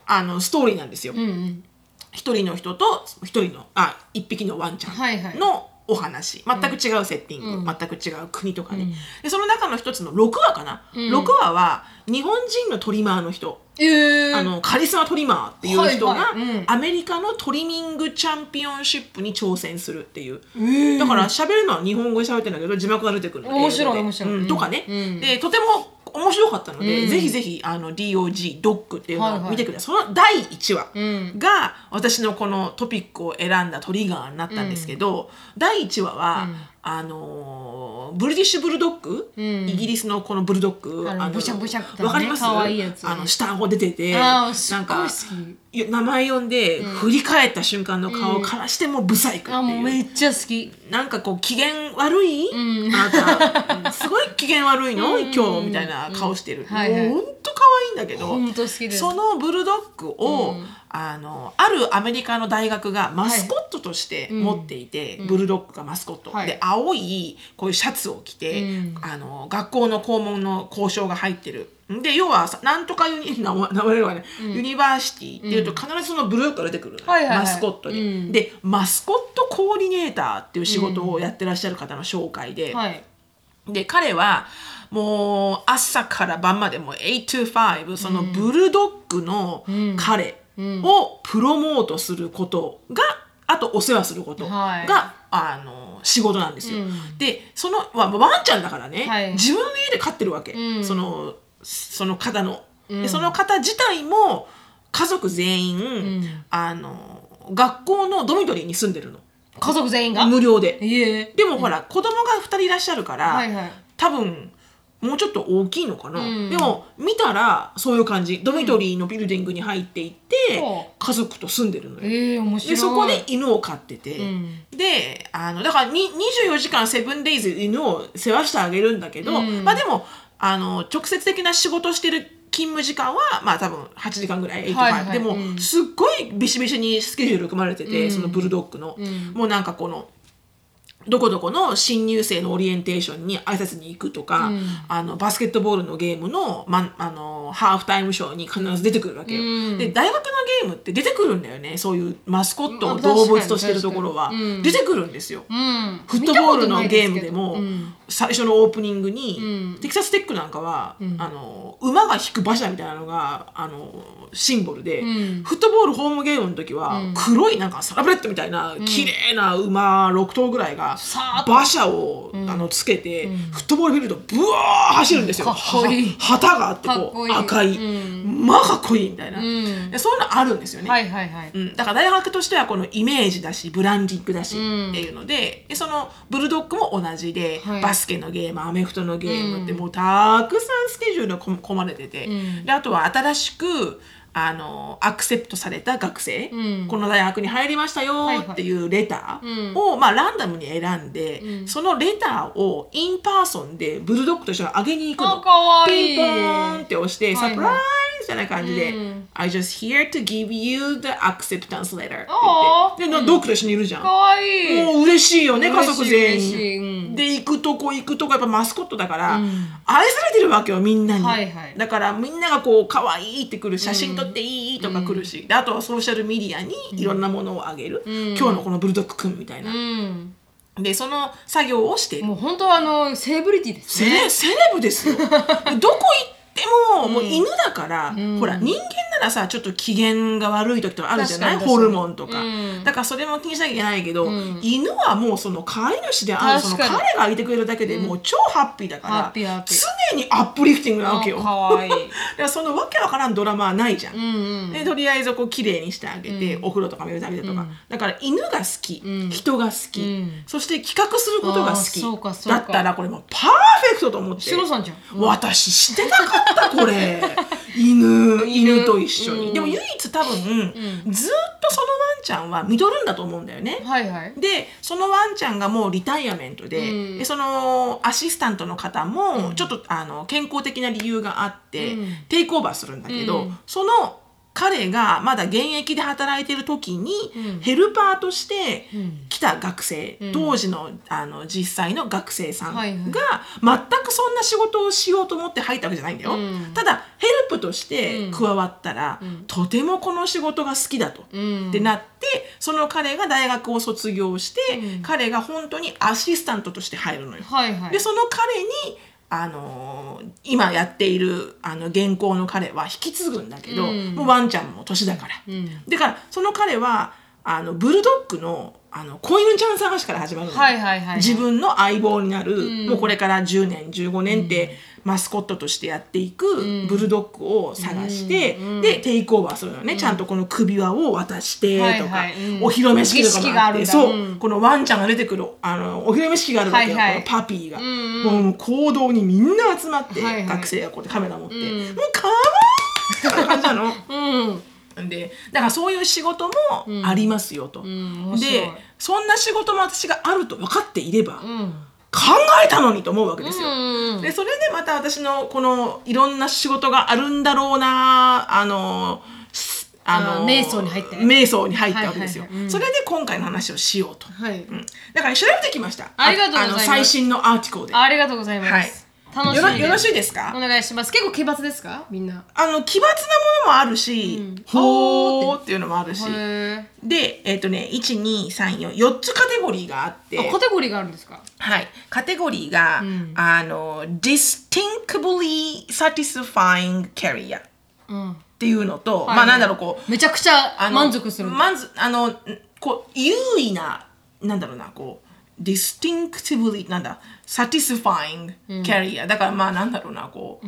あのストーリーなんですよ。
うんうん、
一人の人と一人のあ一匹のワンちゃん
はいはい
のお話、全く違うセッティング、
うん
全く違う国とかね、
うん
でその中の一つの6話かな、
うん
6話は日本人のトリマーの人、
えー、
あのカリスマトリマーっていう人が、
はいはいうん
アメリカのトリミングチャンピオンシップに挑戦するっていう、
えー
だから喋るのは日本語で喋ってるんだけど字幕が出てくるの
面白い
英語で
面白い
うんとかね、
うん
でとても面白かったので、
うん
ぜひぜひあの DOG ドッグっていう
はい
の
は
を
い
見てください、その第1話、
うん
が私のこのトピックを選んだトリガーになったんですけど、第1話は、
うん
あのーブリティッシュブルドッグ、
うん
イギリスのこのブルドッグ
あのブシャブシャってね
わかります
可愛いやつ
あの下顎出てて
あー
なんか
すっごい好
いや名前呼んで、振り返った瞬間の顔からしてもうブサイクっていう。
あもうめっちゃ好き
なんかこう機嫌悪い、
うん
あなたすごい機嫌悪いの、
うんうんうん
今日みたいな顔してる、
はいはい
もうほんと可愛いんだけど
ほんと好きです
そのブルドッグを、
うん
あのあるアメリカの大学がマスコットとして持っていて、ブルドッグがマスコット、
はい
で青いこういうシャツを着て、
うん
あの学校の校門の校章が入ってる、で要はさなんとかユニ名前名前がね、ユニバーシティっていうと必ずそのブルーから出てくるのよ、
はいはいはい
マスコットに。
うん
でマスコットコーディネーターっていう仕事をやってらっしゃる方の紹介で、
はい。
で彼はもう朝から晩までもう8 to 5そのブルドッグの彼をプロモートすることがあとお世話することが、
はい
あの仕事なんですよ。
うん
でそのわワンちゃんだからね、
はい
自分の家で飼ってるわけ、
うん
そのその方の。
う
で
ん
その方自体も家族全員、
ん
あの学校のドミトリーに住んでるの
家族全員が
無料で。
いえ。
でもほら、子供が2人いらっしゃるから、
はいはい。
多分もうちょっと大きいのかな、
うん
でも見たらそういう感じドミトリーのビルディングに入っていって、
ほう
家族と住んでるのよ、
ええ、面白い。
でそこで犬を飼ってて、
うん
であのだからに24時間セブンデイズ犬を世話してあげるんだけど、
うん
まあでもあの直接的な仕事してる勤務時間はまあ多分8時間ぐらい8時間、
はいはい
でも、
うん
すっごいビシビシにスケジュール組まれてて、
うん
そのブルドッグの、
うん
もうなんかこのどこどこの新入生のオリエンテーションに挨拶に行くとか、
うん
あのバスケットボールのゲームの,、ま、あのハーフタイムショーに必ず出てくるわけよ、
うん
で大学のゲームって出てくるんだよねそういうマスコットを
まあ
動物としてるところは、
確かに確かにうん
出てくるんですよ、
うん。
フットボールのゲームでも、
うん
最初のオープニングに、
うん
テキサステックなんかは、
うん
あの馬が引く馬車みたいなのがあのシンボルで、
うん
フットボールホームゲームの時は、
うん
黒いなんかサラブレッドみたいな綺麗な馬6頭ぐらいが、
さあ
馬車を、あのつけて、フットボールフィールドブワー走るんですよ。
かっこいい
は旗があってこ
かっ
う
こいい
赤い、
う
まあかっこいいみたいな、
うん
でそういうのあるんですよね。
はいはいはい。
うん、だから大学としてはこのイメージだしブランディングだし
うん
っていうので,、でそのブルドッグも同じで、
はい
バスケのゲームアメフトのゲームってもうたくさんスケジュールがこ込まれてて、
うん
であとは新しくあのアクセプトされた学生、
うん
この大学に入りましたよ
はいはい
っていうレタ
うん
ーを、まあ、ランダムに選んで、
うん
そのレターをインパーソンでブルドッグと一緒に上げに行く
あ、
の。
かわい
ピ
い。
ンポーンって押して、
はいはい
サプライズみたいな感じで、
うん
I just here to give you the acceptance letter って
あー
言って、で、ドックと一緒にいるじゃん。
か
も
わいい。
う嬉しいよね、
嬉
家
しい
族全
嬉しいうん
員。で、行くとこ行くとこ、やっぱマスコットだから、
うん
愛されてるわけよ、みんなに。
はいはい
だから、みんながこう、可愛いってくる、写真撮っていいとか来るし、であとはソーシャルメディアにいろんなものをあげる。
ん
今日のこのブルドッグくんみたいうな。
ん。
で、その作業をしている。
もう本当はあの、セレブリティです
セレ
ね。
セレブで
<laughs>
すよどこ行ってももう犬だから、
ん
ほら人間ならさちょっと機嫌が悪い時とかあるじゃない
確かに確
ホ
かに
ルモンとか、
うん
だからそれも気にしなきゃいけないけど、
ん
犬はもうその飼い主であるその
確かに
彼がいてくれるだけでもう超ハッピーだから、
ハッピーハッピー
常にアップリフティングなわけよ
あかわいい
<laughs> だからそのわけわからんドラマはないじゃん、
うんうん。
でとりあえずこう綺麗にしてあげて、お風呂とか水あげてとか、だから犬が好き、人が好き、
うん
そして企画することが好
あーそうか
き
そうか
だったらこれもうパーフェクトと思って
シロさんじゃん
私してなかったこれ
<laughs>
犬犬と一緒に、
うん
でも唯一多分、ずーっとそのワンちゃんは見とるんだと思うんだよね、
はいはい。
でそのワンちゃんがもうリタイアメントで,、
うん
でそのアシスタントの方もちょっと、あの健康的な理由があって、
うん
テイクオーバーするんだけど、
うん
その彼がまだ現役で働いてる時に、
うん
ヘルパーとして
うん
来た学生、
うん
当時のあの実際の学生さんが、
はいはい
全くそんな仕事をしようと思って入ったわけじゃないんだよ、
うん
ただヘルプとして加わったら、
うん
とてもこの仕事が好きだと。
うん。
ってなってその彼が大学を卒業して、
うん
彼が本当にアシスタントとして入るのよ。
はいはい。
でその彼にあのー今やっているあの現行の彼は引き継ぐんだけど、
うん
もうワンちゃんも年だから。
うん。
だからその彼はあのブルドッグのあの子犬ちゃん探しから始まるのよ、
はいはいはい。
自分の相棒になる、
ん
もうこれから10年15年ってマスコットとしてやっていく
ん
ブルドッグを探して、
うん
でテイクオーバーするのね、ちゃんとこの首輪を渡してとか、
はいはいうん
お披露目式とかもって
儀式がある
そ
んだ
う、
うん
このワンちゃんが出てくるあのお披露目式があるわけよ、
はいはい
このパピーが、
ん
もう行動にみんな集まって、
はいはい
学生がこうやってカメラ持って、
うん
もうかわいいって感じ
<laughs>
なの。
うん。
でだからそういう仕事もありますよと。
ん面白い
でそんな仕事も私があると分かっていれ
う
ば、
ん。
考えたのにと思うわけですよ。
うん
でそれでまた私のこのいろんな仕事があるんだろうなあのすあ
あー瞑想に入って
瞑想に入ったわけですよ、
はいはいはいうん
それで今回の話をしようと、
はい。
うんだから調べてきました
ありがとうございます
あの最新のアーティコーで
ありがとうござい
は
ま
い
す。楽し
よろ
みで
よろしいですか、
お願いします結構奇抜ですかみんな
あの奇抜なものもあるし、
うん
ほーっていうのもあるし
へえ
でえっ、とね12344つカテゴリーがあって
あカテゴリーがあるんですか
はい、カテゴリーが、
ん
あの distinctly satisfying career っ
うん
ていうのと、
はい
まあなんだろうこう
めちゃくちゃ
あの
満足する
満足あのんこう優位ななんだろうなこう distinctively なんだ satisfying career、だからまあなんだろうなこう、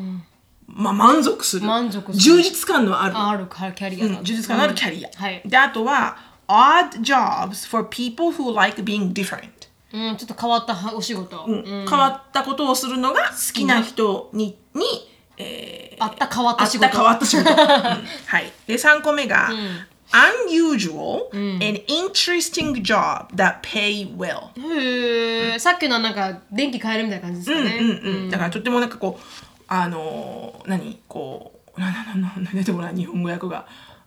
まあ満足する
満足する
充実感のある
ああるかキャリア
うん
だ
充実感のあるキャリア、
うんはい
であとは odd jobs for people who like being different
うんちょっと変わったはお仕事
うん変わったことをするのが好きな人に、に、えー
あった変わっ
あ
た
っ
仕
た
事
変わった仕事。うん <laughs> はい。で、3個目が、unusual and interesting job that pay well。
へえさっきのはなんか電気変えるみたいな感じですかね
うんうん。だからとってもなんかこう、あのー、何こう、な、な、な、な、出てこない日本語訳が。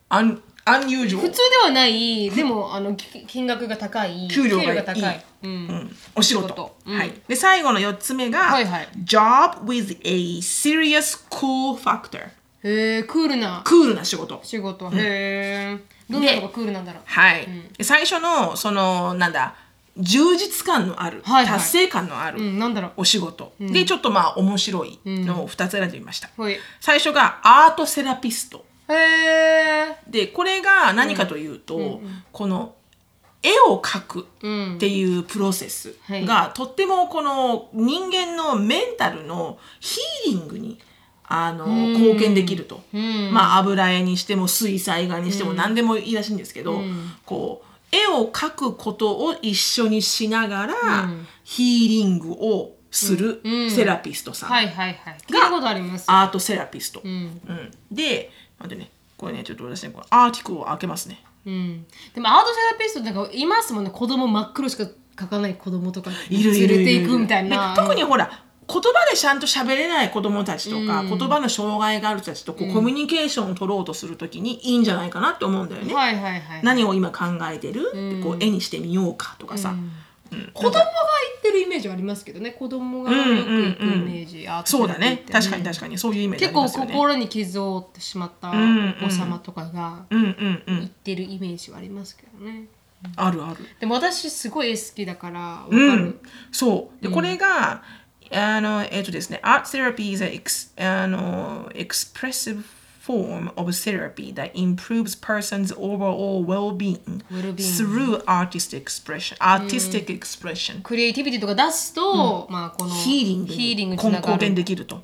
un-
普
unusual
通ではないでもあのき金額が高い
給料がいい
高い、うん
お仕事
仕事うん
はい、で最後の4つ目が、
はいはい
job with a serious cool factor
へえクールな
クールな仕事
仕事へえどんなのがクールなんだろう
はい、最初のそのなんだ充実感のある、
はいはい
達成感のある
うんなんだろ
お仕事、でちょっとまあ面白いのを2つ選んでみました、
うはいへ
最初がアートセラピスト
え
でこれが何かというと、この絵を描く
うん
っていうプロセス
はい
がとってもこの人間のメンタルのヒーリングにあの貢献できると、
うん
まあ、油絵にしても水彩画にしても何でもいいらしいんですけど、こう絵を描くことを一緒にしながら、ヒーリングをするセラピストさん、
はいはいはい聞いたことあります
アートセラピスト、
うん
うんで待ってねこれねちょっと私ねこのアーティクルを開けますね
うんでもアートセラピストってなんかいますもんね子供真っ黒しか描かない子供とか
いるい
連れ
るいる
て
い
いく
る
みたいな
で特にほら言葉でちゃんと喋れない子供たちとか、言葉の障害がある人たちとこう、コミュニケーションを取ろうとするときにいいんじゃないかなって思うんだよね。
はいはいはい
何を今考えてる、ってこう絵にしてみようかとかさ、うん
子供が行ってるイメージはありますけどね子供がよく行くイメージ、アートセ
そ
ラ
う
ピ
だ
ーって
ね確かに確かにそういうイメージあ
結
り
構
ますよね
心に傷を負ってしまった
ん
お子様とかが
うんうんう
行っ
ん
てるイメージはありますけどね
あるある
でも私すごい絵好きだからわか
う
る
ん、そうで、これがあのえっとですね Art therapy is an ex, あの expressive form of therapy that improves person's overall well-being, Mm。
Well-being
through artistic expression artistic expression、
クリエイティビティとか出すと、まあこの
ヒーリング
ヒーリングに
に
つなが
貢献
る
できると、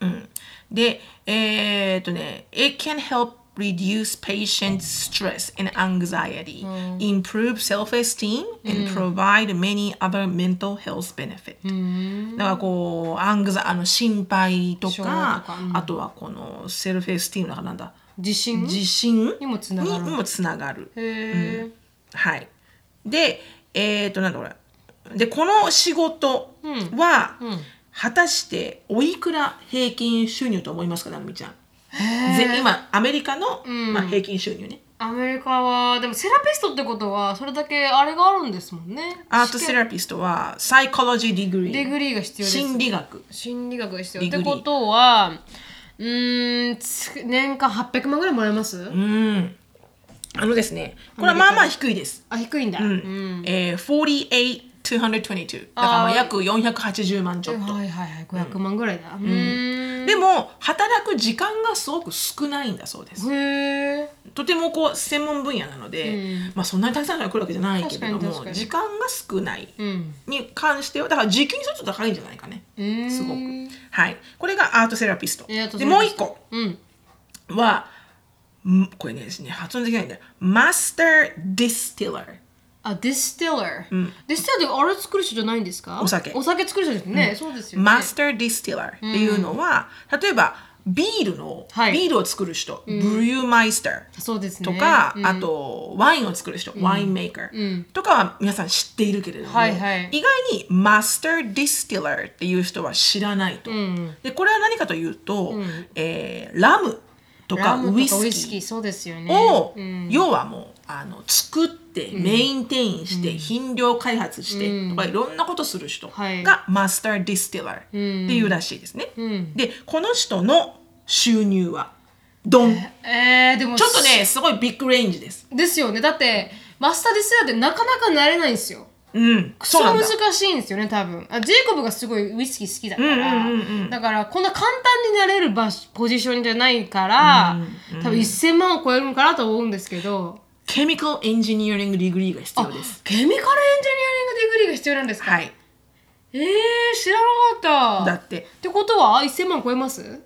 うんでえーっとね It can help reduce patient stress and anxiety、improve self-esteem and provide many other mental health benefit、だからこうアングザあの心配とか
症とかう
あとはこのセルフエスティームだからなんだ
自信
自信
にもつながる
にもつながる
へえ、
はい。で、えっ、と、なんだこれ。で、この仕事は、果たしておいくら平均収入と思いますか、なるみちゃん。ぜ今、アメリカの、まあ、平均収入ね。
アメリカはでもセラピストってことはそれだけあれがあるんですもんね
アートセラピストは、サイコロジーディグリ
デ
ー。
グリーが必要です
心理学。
心理学が必要っ
リグ
て
リ
ことはうーんつ年間800万ぐらいもらえます、
うん。あのですね、これはまあまあ低いです。
あ低いんだ、
うん。えー、48,222。だからまあ約480万ちょっと。
はいはいはい500万ぐらいだうん
でも、働く時間がすごく少ないんだそうです。
へえ
とてもこう専門分野なので、まあ、そんなにたくさんの人が来るわけじゃないけれど
確かに確
も
かに
時間が少ない
うん
に関してはだから時給にすると高いんじゃないかね
うん
すごく。はい、これがアートセラピスト
アートセラピスト
でもう一個
うん
はんこれねですね発音できないんだよマスターディスティラー
あ、ディスティラー。ディスティラーってあれ作る人じゃないんですか
お酒
お酒作る人ですね。そうですよね。
マスターディスティラーっていうのは、例えばビールの、
はい
ビールを作る人、ブリューマイスター
そうですね。
とか、あとワインを作る人、ワインメーカー、とかは皆さん知っているけれども、
はいはい
意外にマスターディスティラーっていう人は知らないと、でこれは何かというと、えーラムと
ラ
か
ムとか
ウイス
ウイス
キ
キ
ー
ーそうですよね
を、
うん
要はもうあの作ってメインテインして、品量開発してとかいろんなことする人
はい
がマスターディスティラーっていうらしいですね。
うん
でこの人の収入はドン、
えー、でも
ちょっとねすごいビッグレンジです。
ですよねだってマスターディスラーってなかなかなれないんですよ
うん、
そ
そうなんだ。
難しいんですよね多分あジェイコブがすごいウイスキー好きだから、
うんうんうんうん
だからこんな簡単になれる場所ポジションじゃないから、多分1000万を超えるのかなと思うんですけど
ケミカルエンジニアリングディグリーが必要です。
ケミカルエンジニアリングディグリーが必要なんですか、
はい。
えー、知らなかった
だって
ってことは1000万超えます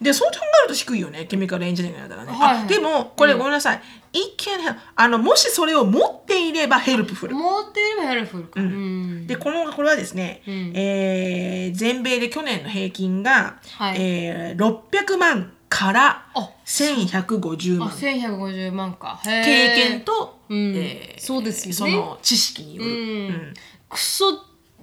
でそう考えると低いよねケミカルエンジニアだからね、
はいはい
あでもこれごめんなさい、一見あのもしそれを持っていればヘルプフル、
持っていればヘルフルか、うん
でこのこれはですね、
ん
えー全米で去年の平均が、
はい
えー600万から
あ
1150
あ
万経
1150万かへー
験と、
うん
えー
そうですよね
その知識による、
うんクソ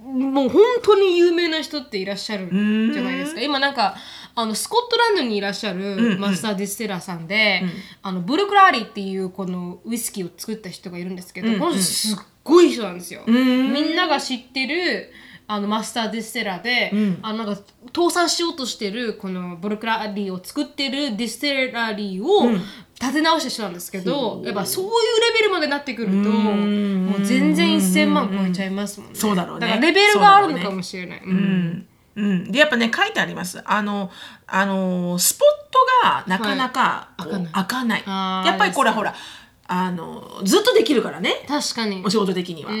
もう本当に有名な人っていらっしゃるじゃないですか今なんかあのスコットランドにいらっしゃ
んう
る
ん
マスターディステラーさんで、
うん
あのブルクラーリーっていうこのウイスキーを作った人がいるんですけど、
うんうん
この人すっごい人なんですよ、
ん
みんなが知ってるあのマスターディステラーで、
うん
あのなんか倒産しようとしてるこのブルクラーリーを作ってるディステラリーを
ん
立て直した人なんですけど、
ほう
やっぱそういうレベルまでなってくると、
ん
もう全然1000万超えちゃいますもんね。
そうだろうね
からレベルがあるのかもしれない。う
うんんうん、でやっぱね書いてありますあのあのスポットがなかなかこう
はい
開かない,、
あー
やっぱりこれほらあのずっとできるからね
確かに
お。仕事的には、
うん
う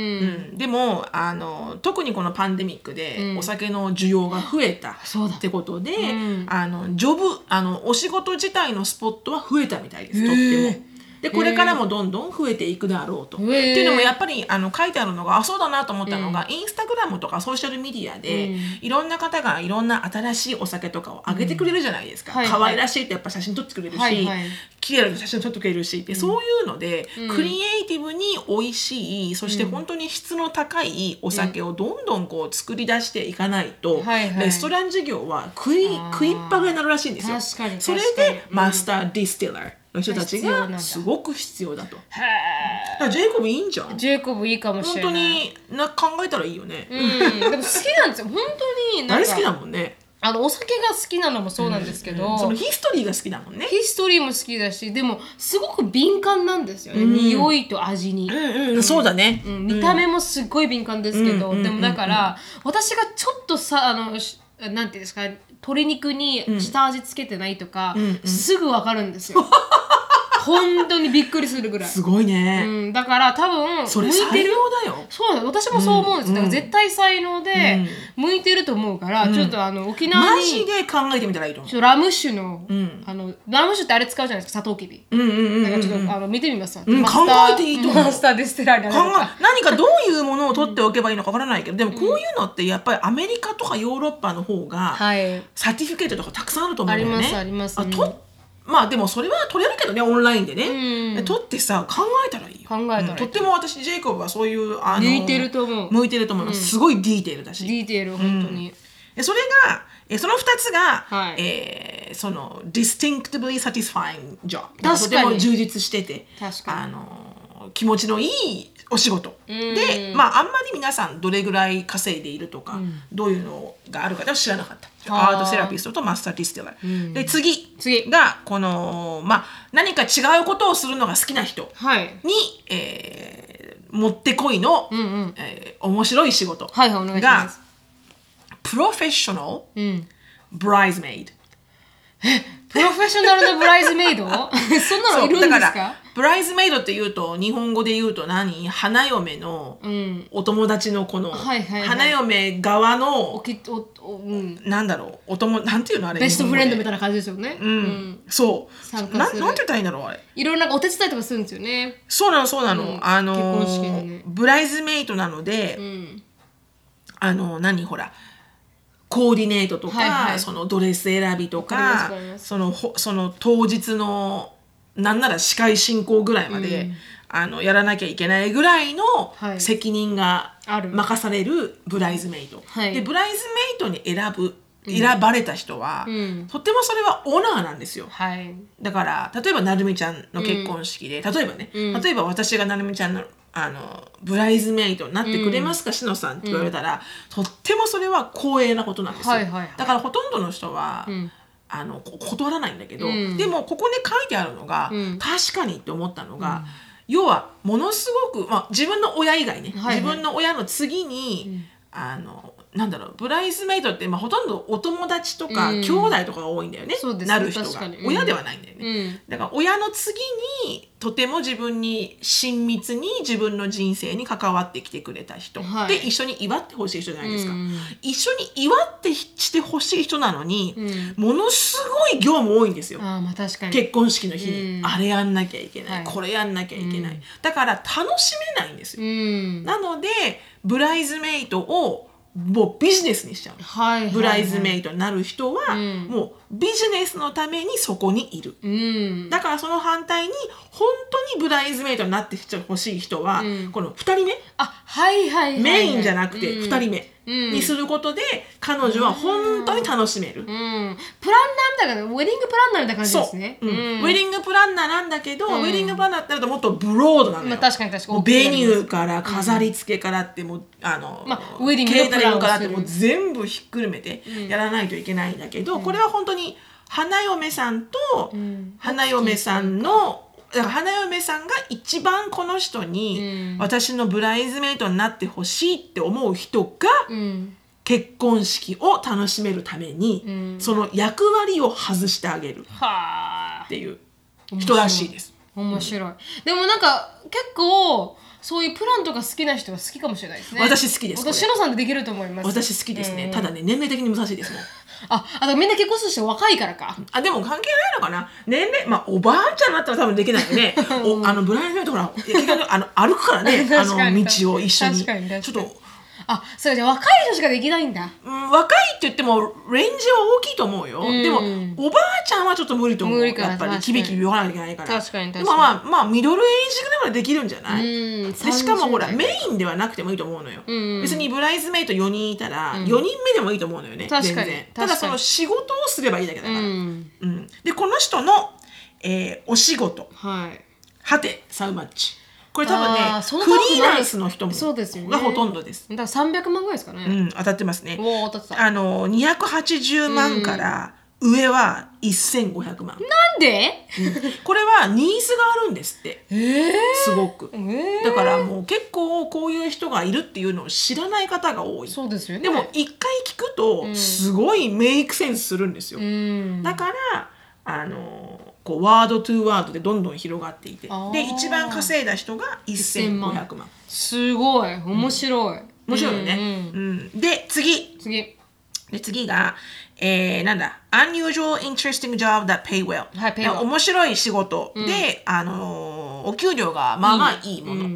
んでもあの特にこのパンデミック
う
で
ん
お酒の需要が増えた
そうだ
ってことで、
ん
あのジョブあのお仕事自体のスポットは増えたみたいです
へ
とっ
ー
ても。でこれからもどんどん増えていくだろうと。って
へー
いうのもやっぱりあの書いてあるのがあそうだなと思ったのが、インスタグラムとかソーシャルメディアで、
うん
いろんな方がいろんな新しいお酒とかを上げてくれるじゃないですか、
うんはいはい
可愛らしいってやっぱ写真撮ってくれるし、
はいはい
綺麗な写真撮ってくれるしで、そういうので、
うん
クリエイティブに美味しいそして本当に質の高いお酒をどんどんこう作り出していかないと、
んはいはい
レストラン事業は食い
あー
食いっぱぐれになるらしいんですよ。
確かに
それ
確かに
で、マスターディスティラーの人たち
必要なん
が
だ
すごく必要だと。だ
へ
からジェイコブいいんじゃん
ージェイコブいいかもし
本
れ
当
ない。
にな考えたらいいよね。
うん、でも好きなんですよ。本当になん
大
か
好きだもんね。
あのお酒が好きなのもそうなんですけど、
そのヒストリーが好きだもんね。
ヒストリーも好きだしでもすごく敏感なんですよね、
うん
匂いと味に、
うんうん、そうだね。
うん見た目もすっごい敏感ですけど、
うん
でもだから、私がちょっとさあのしなんていうんですか鶏肉に下味つけてないとか、
うんうん
すぐわかるんです
<laughs>
よ本当にびっくりするぐらい、
すごいうね。
ん、だから多分
それ
向い
才
て
能
る
だよ。
そうなんです私もそう思うんです、
うん
だから絶対才能で向いてると思うから、ちょっとあの沖縄
マ
に
ジで考えてみたらいいと思
ちょっとラム酒の,、
ん
あのラム酒ってあれ使うじゃないですかサトウキビ、
う。うんうんうん
だからちょっと、あの見てみますわ、
うん
マスター
考えていいと思う
マスターディステラーになる
考
のか
え何かどういうものを取っておけばいいのかわからないけどでもこういうのってやっぱりアメリカとかヨーロッパの方が
はい
サティフィケートとかたくさんあると思うんだよね。
ありますあります
あとまあでもそれは取れるけどねオンラインでね、
うん
取ってさ考えたらいいよ
考えたらいい
うんとっても私ジェイコブはそういうあの
向いてると思う
向いてると思います、すごいディーテールだし
ディテール本当に、
でそれがえーその2つが、
はい
えーその distinctively satisfying job
確かに
とても充実してて
確かに
あのー気持ちのいいお仕事
ん
で、まあ、あんまり皆さんどれぐらい稼いでいるとか、どういうのがあるかでは知らなかった
あー
アートセラピストとマスターディスティラー、で次
次
がこの、まあ、何か違うことをするのが好きな人
はい
に、えーもってこいの、
うんうん
えー面白い仕事
はいはいお願いします
プロフェッショナル
うん
ブライズメイド。
プロフェッショナルのブライズメイド <laughs> そんなのいるんです
だ
か
からブライズメイドって言うと日本語で言うと何花嫁の
うん
お友達のこの、
はいはいはい
花嫁側
お
の
きおお、うん、
なんだろうお友なんていうのあれ
ベストフレンドみ
たい
たいな感じですよね、う
な、うんそう
参加
ななん
す
て
る
言ったらいいんだろうあれ
いろんなお手伝いとかするんですよね
そうなのそうなの、
うん
あのー
結婚式のね
ブライズメイドなので、
うん
あの何ほらコーディネートとか、
はいはい
そのドレス選びと
わ
か
かりますわかります
そのほその当日のなんなら司会進行ぐらいまで、
うん
あのやらなきゃいけないぐらいの
はい
責任が
ある
任されるブライズメイド、
はい
でブライズメイドに選ぶ選ばれた人は、
うん
とてもそれはオナーなんですよ。
はい。
だから例えばなるみちゃんの結婚式で、例えばね、例えば私がなるみちゃんのあのブライズメイドになってくれますか、しのさんって言われたら、とってもそれは光栄なことなんですよ、
はいはいはい
だからほとんどの人は、
ん
あのこ断らないんだけど、
うん
でもここに書いてあるのが、
うん
確かにって思ったのが、要はものすごく、まあ、自分の親以外ね、
はいはい
自分の親の次に、あのなんだろうブライズメイドって、まあ、ほとんどお友達とか、
うん
兄弟とかが多いんだよね
そうです
なる人
確か
が、
にうん
親ではないんだよね。
うん。
だから親の次にとても自分に親密に自分の人生に関わってきてくれた人、
はい
で一緒に祝ってほしい人じゃないですか、
うん
一緒に祝ってしてほしい人なのに、
うん
ものすごい業務多いんですよ、
ああ、まあ確かに。
結婚式の日に、
うん
あれやんなきゃいけない、
はい
これやんなきゃいけない、
うん
だから楽しめないんですよ、
うん。
なのでブライズメイトをもうビジネスにしちゃう
はいはいはい。
ブライズメイトになる人は、
うん
もうビジネスのためにそこにいる
うん。
だからその反対に本当にブライズメイトになってほしい人は、
うん
この2人目
あ、はいはいはいはい。
メインじゃなくて
うん
2人目
うん
にすることで彼女は本当に楽しめる。
うん。プランナーみたいな、ウェディングプランナーみたいな感じ
そう
ですね。
うんウェディングプランナーなんだけど、
ん
ウェディングプランナーってなるともっとブロードなのよ、
まあ確かに確かに
もうベニューから飾り付けからってもう、あの、
まあウェディング
ケ
の
ー
プ
タリ
ラ
ン
ン
グ
をする
からってもう全部ひっくるめてやらないといけないんだけど、これは本当に花嫁さんと、
ん
花嫁さんのだから花嫁さんが一番この人に、
うん
私のブライズメイトになってほしいって思う人が、
うん。
結婚式を楽しめるために、
うん
その役割を外してあげるっ
はあ。
ていう人らしいです。
面白い。でもなんか、結構、そういうプランとか好きな人は好きかもしれないですね。
私好きですこれ
私、しのさんでできると思います。
私好きですね、
うん
ただね年齢的に難しいですもん
あ、あとみんな結婚する人若いからか。
あでも関係ないのかな年齢まあおばあちゃんになったら多分できないよ
<laughs>
ねおあのブライズメイトほら結局あの歩くからねあ
確かに
の道を一緒に
確かに確かに
ちょっと
あ、そうじゃあ若い人しかできないんだ。
うん若いって言ってもレンジは大きいと思うよ、
ん
でもおばあちゃんはちょっと無理と思う
無理かな
やっぱり
確か
キ
に
ビキビ言わなきゃいけないから
確かに確
で
か
も
に
まあまあミドルエイジぐらいまでできるんじゃない、
うん。
でしかもほら
30代
メインではなくてもいいと思うのよ、
ん
別にブライズメイト4人いたら4人目でもいいと思うのよね、
確かに
全然
確か
た
に
だその仕事をすればいいだけだから、
う
うん
ん。
でこの人の、えーお仕事
はい。
はてサウマッチこれ多分ね
あーそんな
フ
高くない
リーランスの人も
そうですよね
がほとんどです、
だから300万ぐらいですかね。
うん、当たってますね
おお当たってた。なん
あの280万から上は1500万、
で
これはニーズがあるんですって
えー、
すごく
えー、
だからもう結構こういう人がいるっていうのを知らない方が多い
そうですよね。
でも一回聞くとすごいメイクセンスするんですよ、
うん。
だからあのこうワードトゥーワードでどんどん広がっていて
あー
で一番稼いだ人が1500
1500
万
すごい。面白い。
面白いよね、
うん
うんで次
次。
で次が、えー、なんだ unusual interesting job that pay well、
はい pay
だか
well
ら面白い仕事で、あのーお給料がまあまあいいもの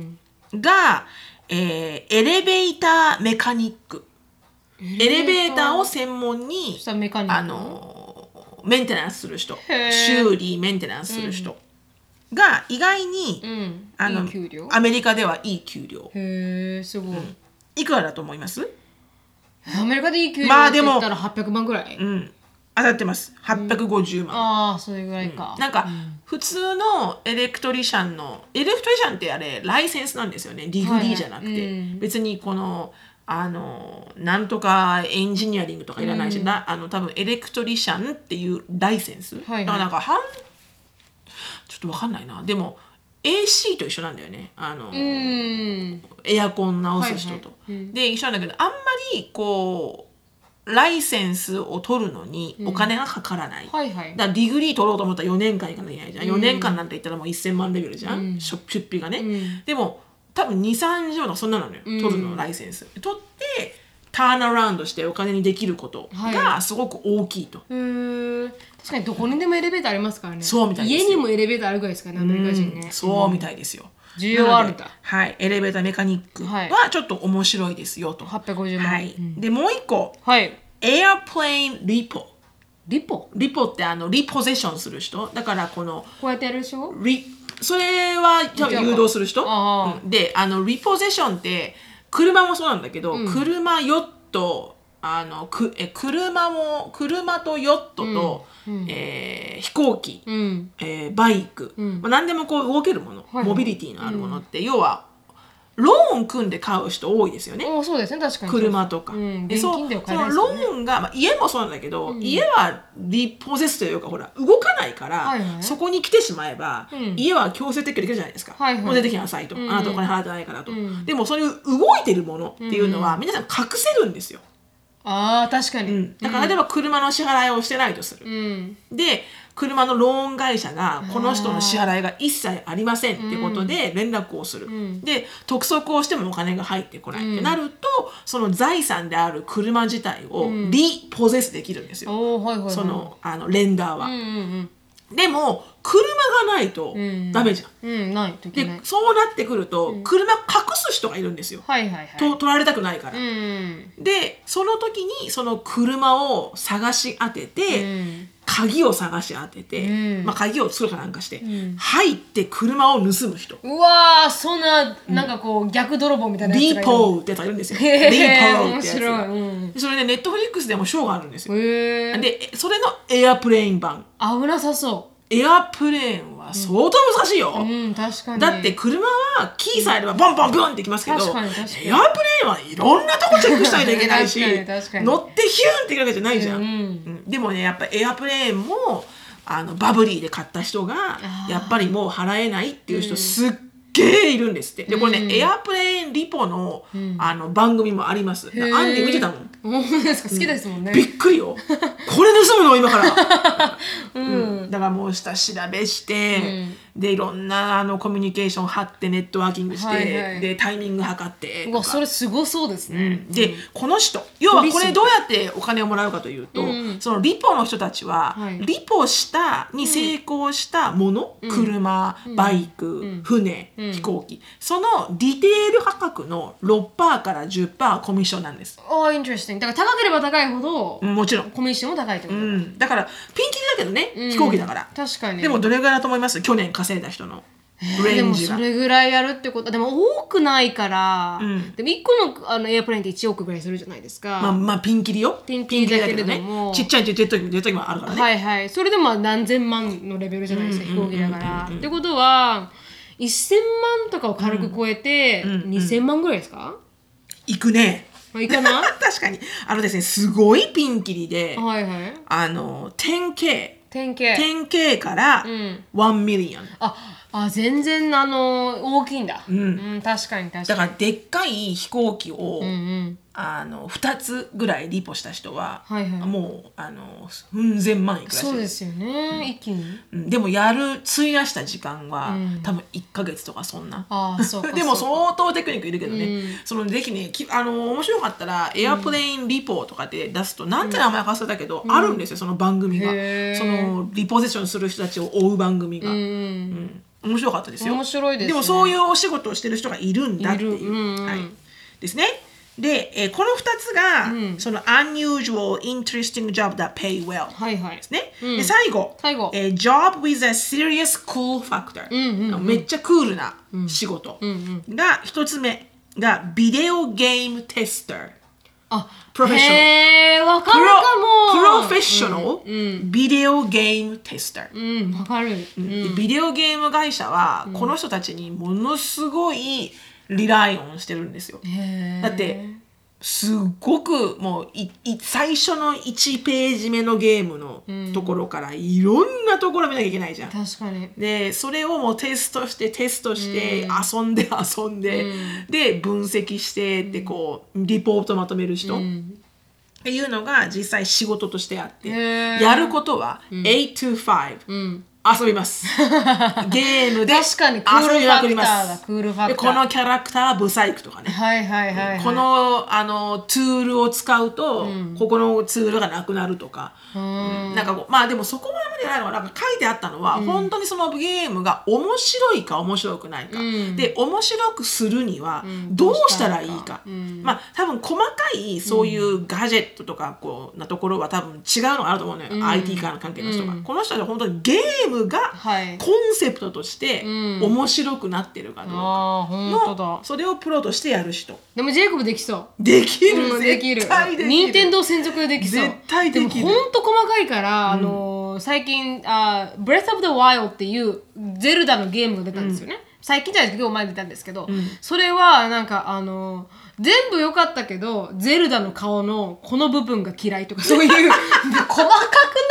が、えーエレベーターメカニックエレベーターを専門に
そしたらメカニック。
あ、のーメンテナンスする人
へー
修理メンテナンスする人が意外に、
うん。
あの
いい給料
アメリカではいい給料
へえ、すごい、
いくらだと思います
アメリカでいい給料
まあ
って
で
言
も
ったら800万ぐらい。
うん当たってます850万、
ああ、それぐらいか。
なんか、普通のエレクトリシャンのエレクトリシャンってあれライセンスなんですよねディグリーじゃなくて、
はいはいうん
別にこのあのなんとかエンジニアリングとかいらないし、なあの多分エレクトリシャンっていうライセンス、
はいはい
だからなんか半ちょっとわかんないなでも AC と一緒なんだよねあの、
うん。
エアコン直す人と。
はいはいうん
で一緒なんだけどあんまりこうライセンスを取るのにお金がかからない。
はいはい。
だからディグリー取ろうと思ったら4年間いかなきゃいけないじゃん、4年間なんて言ったらもう1000万レベルじゃん、しょ出費がね、
ん
でも多分230万とかそんななのよ、取るのライセンス取ってターンアラウンドしてお金にできることがすごく大きいと、
へー確かにどこにでもエレベーターありますからね。
そうみたいです
家にもエレベーターあるぐらいですからね、アメリカ人ね。
そうみたいですよ、
需要あるん
なの
だ
で。はいエレベーターメカニック
はい
はちょっと面白いですよと、は
850
い
万。
でもう一個
はい。
エアプレインリポ
リポ
リポってあのリポゼッションする人だからこの
こうやってやるでしょ
リそれは多分誘導する人
ああ
うんであのリポゼッションって車もそうなんだけど、車ヨットああのくえ車も車とヨットと、
うんうん
えー飛行機、
うん
えーバイク、
うん
まあ、何でもこう動けるもの、
はい
モビリティのあるものって、要はローン組んで買う人多いですよね
おそうですね確かに
車とか、
うん
でそう
現金では
そ
買えない
の
ですよ
ロ
ね
ーンが、まあ、家もそうなんだけど、
ん
家はリポゼスというかほら動かないから、
はいはい
そこに来てしまえば、
うん
家は強制撤去できるじゃないですか、
はいはい
もう出てきなさいと、
うん
あなたお金払ってないからと、
うん
でもそういう動いてるものっていうのは、皆さん隠せるんですよ、
ああ確かに、
うんだから例えば車の支払いをしてないとする、
うん
で車のローン会社がこの人の支払いが一切ありませんってことで連絡をする、
ん
で督促をしてもお金が入ってこないってなると、その財産である車自体をリポゼスできるんですよ、
おおはいはいはい
そのあのレンダーは
う、んうん
でも車がないと
ん
ダメじゃん、
うんうんないといけない
でそうなってくると車隠す人がいるんですよ、
はいはいはい
と取られたくないから
う、ん
でその時にその車を探し当てて、
うん
鍵を探し当てて、
うん
まあ、鍵を作るかなんかして、
ん
入って車を盗む人
うわーそんななんかこう、逆泥棒みたいな
リ
やつがいる
ポーってやつがいるんですよ。リ
<laughs>
ポ
へー
ーってやつが
面白いうん
でそれでネットフリックスでもショーがあるんですよ。
へえ
でそれのエアプレイン版
危なさそ
エアプレインは相当難しいよ。
ううん確かに
だって車はキーさえあればボンボンブンっていきますけどエア
確
プ
かに
レ
確かに
インはいろんなとこチェックしないといけない
<laughs>
し
確かに確かに
乗ってヒューンっていくわけじゃないじゃん、
うん
うんでもねやっぱエアプレインもあのバブリーで買った人が
あー
やっぱりもう払えないっていう人すっげえいるんですってでこれね、エアプレインリポの,、あの番組もありますアン
へ
デ
ー
ィ見てたもん
本当ですか好きですもんね、
びっくりよこれ盗むの今から
うん
だからもう下調べして、でいろんなあのコミュニケーション張ってネットワーキングして、
はいはい
でタイミング測って
う
と
わ
か
それすごそうです
う
ね
ん、で、この人要はこれどうやってお金をもらうかというと、
うん
そのリポの人たちは、
はい
リポしたに成功したもの、車バイク、船、
うん
飛行機そのディテール価格の6%から10%コミッションなんです
ああ interesting だから高ければ高いほど、
もちろん、
コミッションも高いってこ
う
と、
ん、だからピンキリだけどね、
うん
飛行機だから
確かに
でもどれぐらいだと思います去年稼いだ人のレ
で
ン
も
ジ
そ
が。
れぐらいやるってことでも多くないから、
うん
でも1個のあのエアプレインって1億ぐらいするじゃないですか、
まあまあピンキリよ
ピンキリだけれども
ピンキリだねちっちゃいジェット機もジェット機もあるからね、
はいはいそれでもまあ何千万のレベルじゃないですか、飛行機だから、ってことは1000万とかを軽く超えて、2000万ぐらいですか、
行くね
まあ、いかな
<laughs> 確かにあのですねすごいピンキリで
はいはい
あの 10K
典型
10K から
ん
1ミリオン
ああ全然あの大きいんだうん確かに確か
だ
に
からでっかい飛行機を、
うんうん
あの2つぐらいリポした人は、
はいはい
もうあのうん千万いくらしい
そうですよね、一気に
うんでもやる費やした時間は、
うん
多分1か月とかそんな <laughs>
ああそうか
でも
そうか
相当テクニックいるけどね、
うん
そのぜひねきあの面白かったらエアプレインリポとかで出すと、なんて名前か忘れたけど、あるんですよその番組が
へー
そのリポゼッションする人たちを追う番組が、
うんうん
うん面白かったですよ
面白いですね
でもそういうお仕事をしてる人がいるんだって
い
い
る
う、
うんうん
はい、ですねで、えーこの2つが、その unusual interesting job that pay well
はいはい
ですね、で最後
最後
えー job with a serious cool factor、めっちゃクールな仕事、が1つ目がビデオゲームテスター
あ
プロフェッショナル
へえわか
プ
る
ロ
かも
プロフェッショナル、ビデオゲームテスター、
うんわかるうん
でビデオゲーム会社はこの人たちにものすごいリライオンしてるんですよ。
へ
だってすっごくもういい最初の1ページ目のゲームのところからいろんなところ見なきゃいけないじゃん
え。確かに <laughs>
でそれをもうテストしてテストして、遊んで <laughs> 遊んで、で分析してでこうリポートまとめる人、っていうのが実際仕事としてあって
へー
やることは8 to 5、遊びますゲームで
<laughs> 確かにクー
遊
ル
び
フ
ま
ァ
くり
クター
ま
だ
す
クールファクター
でこのキャラクターブサイクとかね
はいはいはいはい
このあのツールを使うと、ここのツールがなくなるとか、うんなんかこうまあでもそこまでじゃないのかななんか書いてあったのは、本当にそのゲームが面白いか面白くないか、で面白くするにはどうしたらいいか、まあ多分細かいそういうガジェットとかこうなところは多分違うのがあると思うのよ、IT 関係の人が、この人は本当にゲームムが
はい
コンセプトとして
うん
面白くなってるかどうか
ああ本当だ
のそれをプロとしてやる人
でもジェイコブできそう
できる、
うんできる
絶対できる
任天堂専属でできそう
絶対できる
もほんと細かいから、あの最近あ「Breath of the Wild」っていうゼルダのゲームが出たんですよね、最近じゃないですけど今前に出たんですけど、それはなんかあの全部良かったけどゼルダの顔のこの部分が嫌いとかそう
<laughs>
いう細かく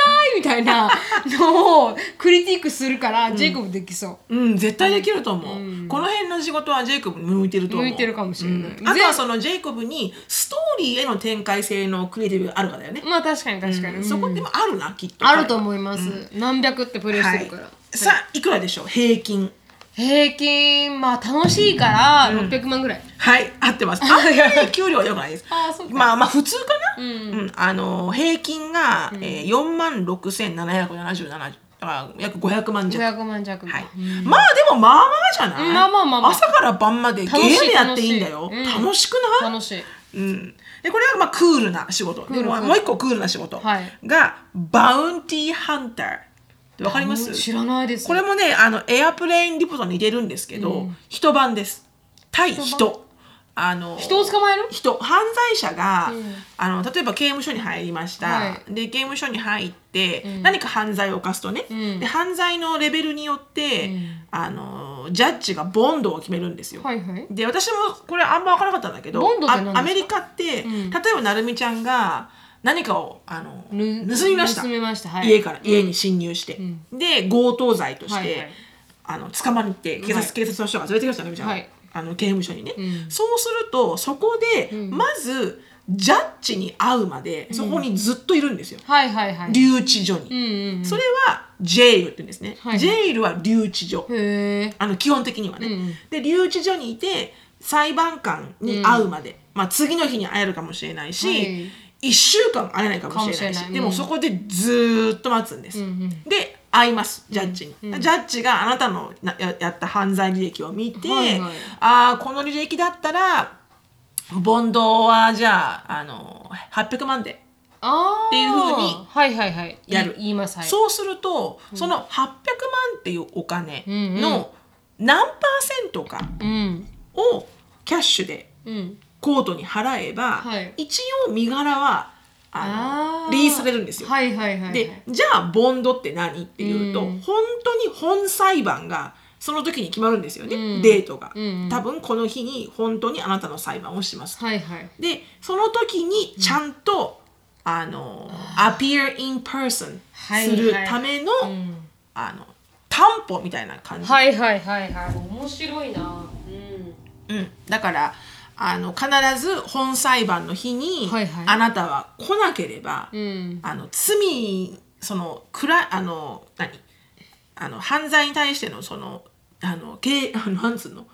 ないみたいなのをクリティックするから、ジェイコブできそう。
うん、絶対できると思う、この辺の仕事はジェイコブに向いてると思う
向いてるかもしれない
うんあとはそのジェイコブにストーリーへの展開性のクリエイティブがあるかだよね、
まあ確かに確かに、
そこでもあるなきっと
あると
う
思います、何百ってプレイし
は
て
い
るから、
さあいくらでしょう平均
平均まあ楽しいから600万ぐらい、
はい合ってますあんまりね給料は良くないです
あーそうか
まあまあ普通かな、うんあの平均が、えー、4万6777だから約500万弱
500万弱、
はい、まあでもまあまあじゃない、
うんまあまあまあまあ
朝から晩までゲー
楽しい
ムやっていいんだよ
楽し
楽し,、
いうん
くない
楽しい
うん、でこれはまあクールな仕事
ル
でも
クール
もう一個クールな仕事が、
はい
バウンティーハンターってわかります
あ知らないです
これもねあのエアプレインリポと似てるんですけど、一晩です対人あの
人を捕まえる
人犯罪者が、あの例えば刑務所に入りました、
は
で刑務所に入って、何か犯罪を犯すとね、で犯罪のレベルによって、あのジャッジがボンドを決めるんですよ。
はいはい
で私もこれあんま分からなかったんだけど
ボンドって何ですか
あアメリカって、例えばなるみちゃんが何かをあの
ぬ
盗みました
盗みましたはい
家から家に侵入して、で強盗罪として、
はいはい
あの捕まりって警察,、
はい
警察の人が連れてきましたねみたいな、
はい
あの刑務所にね、そうするとそこで、まずジャッジに会うまでそこにずっといるんですよ、
はいはいはい
留置所に、
うん
それはジェイルって言うんですね、
はいはい
ジェイルは留置所、
うんへえ
あの基本的にはね、
うん
で留置所にいて裁判官に会うまで、まあ、次の日に会えるかもしれないし、
はい
1週間会えないかもしれないし
かもしれない
で
う
も
ん
そこでずーっと待つんです、で会いますジャッジに、ジャッジがあなたのなややった犯罪履歴を見て、
はいはい
ああこの履歴だったらボンドはじゃああの800万で
ああ
っていう風に
はいはいはい
やる
い言いますはい
そうすると、その800万っていうお金
うんうん
の何パーセントか
うん
をキャッシュで
うん
コートに払えば、
はい
一応身柄はあの
ー
リリースされるんですよ。
はいはいはいはい
でじゃあボンドって何っていうと、
うん
本当に本裁判がその時に決まるんですよね、
うん
デートが、
うん
多分この日に本当にあなたの裁判をします。
はいはい
でその時にちゃんと、あのアピア in person
はい
するための,、
うん
あの担保みたいな感じ
はいはいはいはい面白いなうん
うん、だからあの必ず本裁判の日に、
はいはい
あなたは来なければ、
うん
あの罪そのくらあの何あの犯罪に対してのそのあの刑なんつうの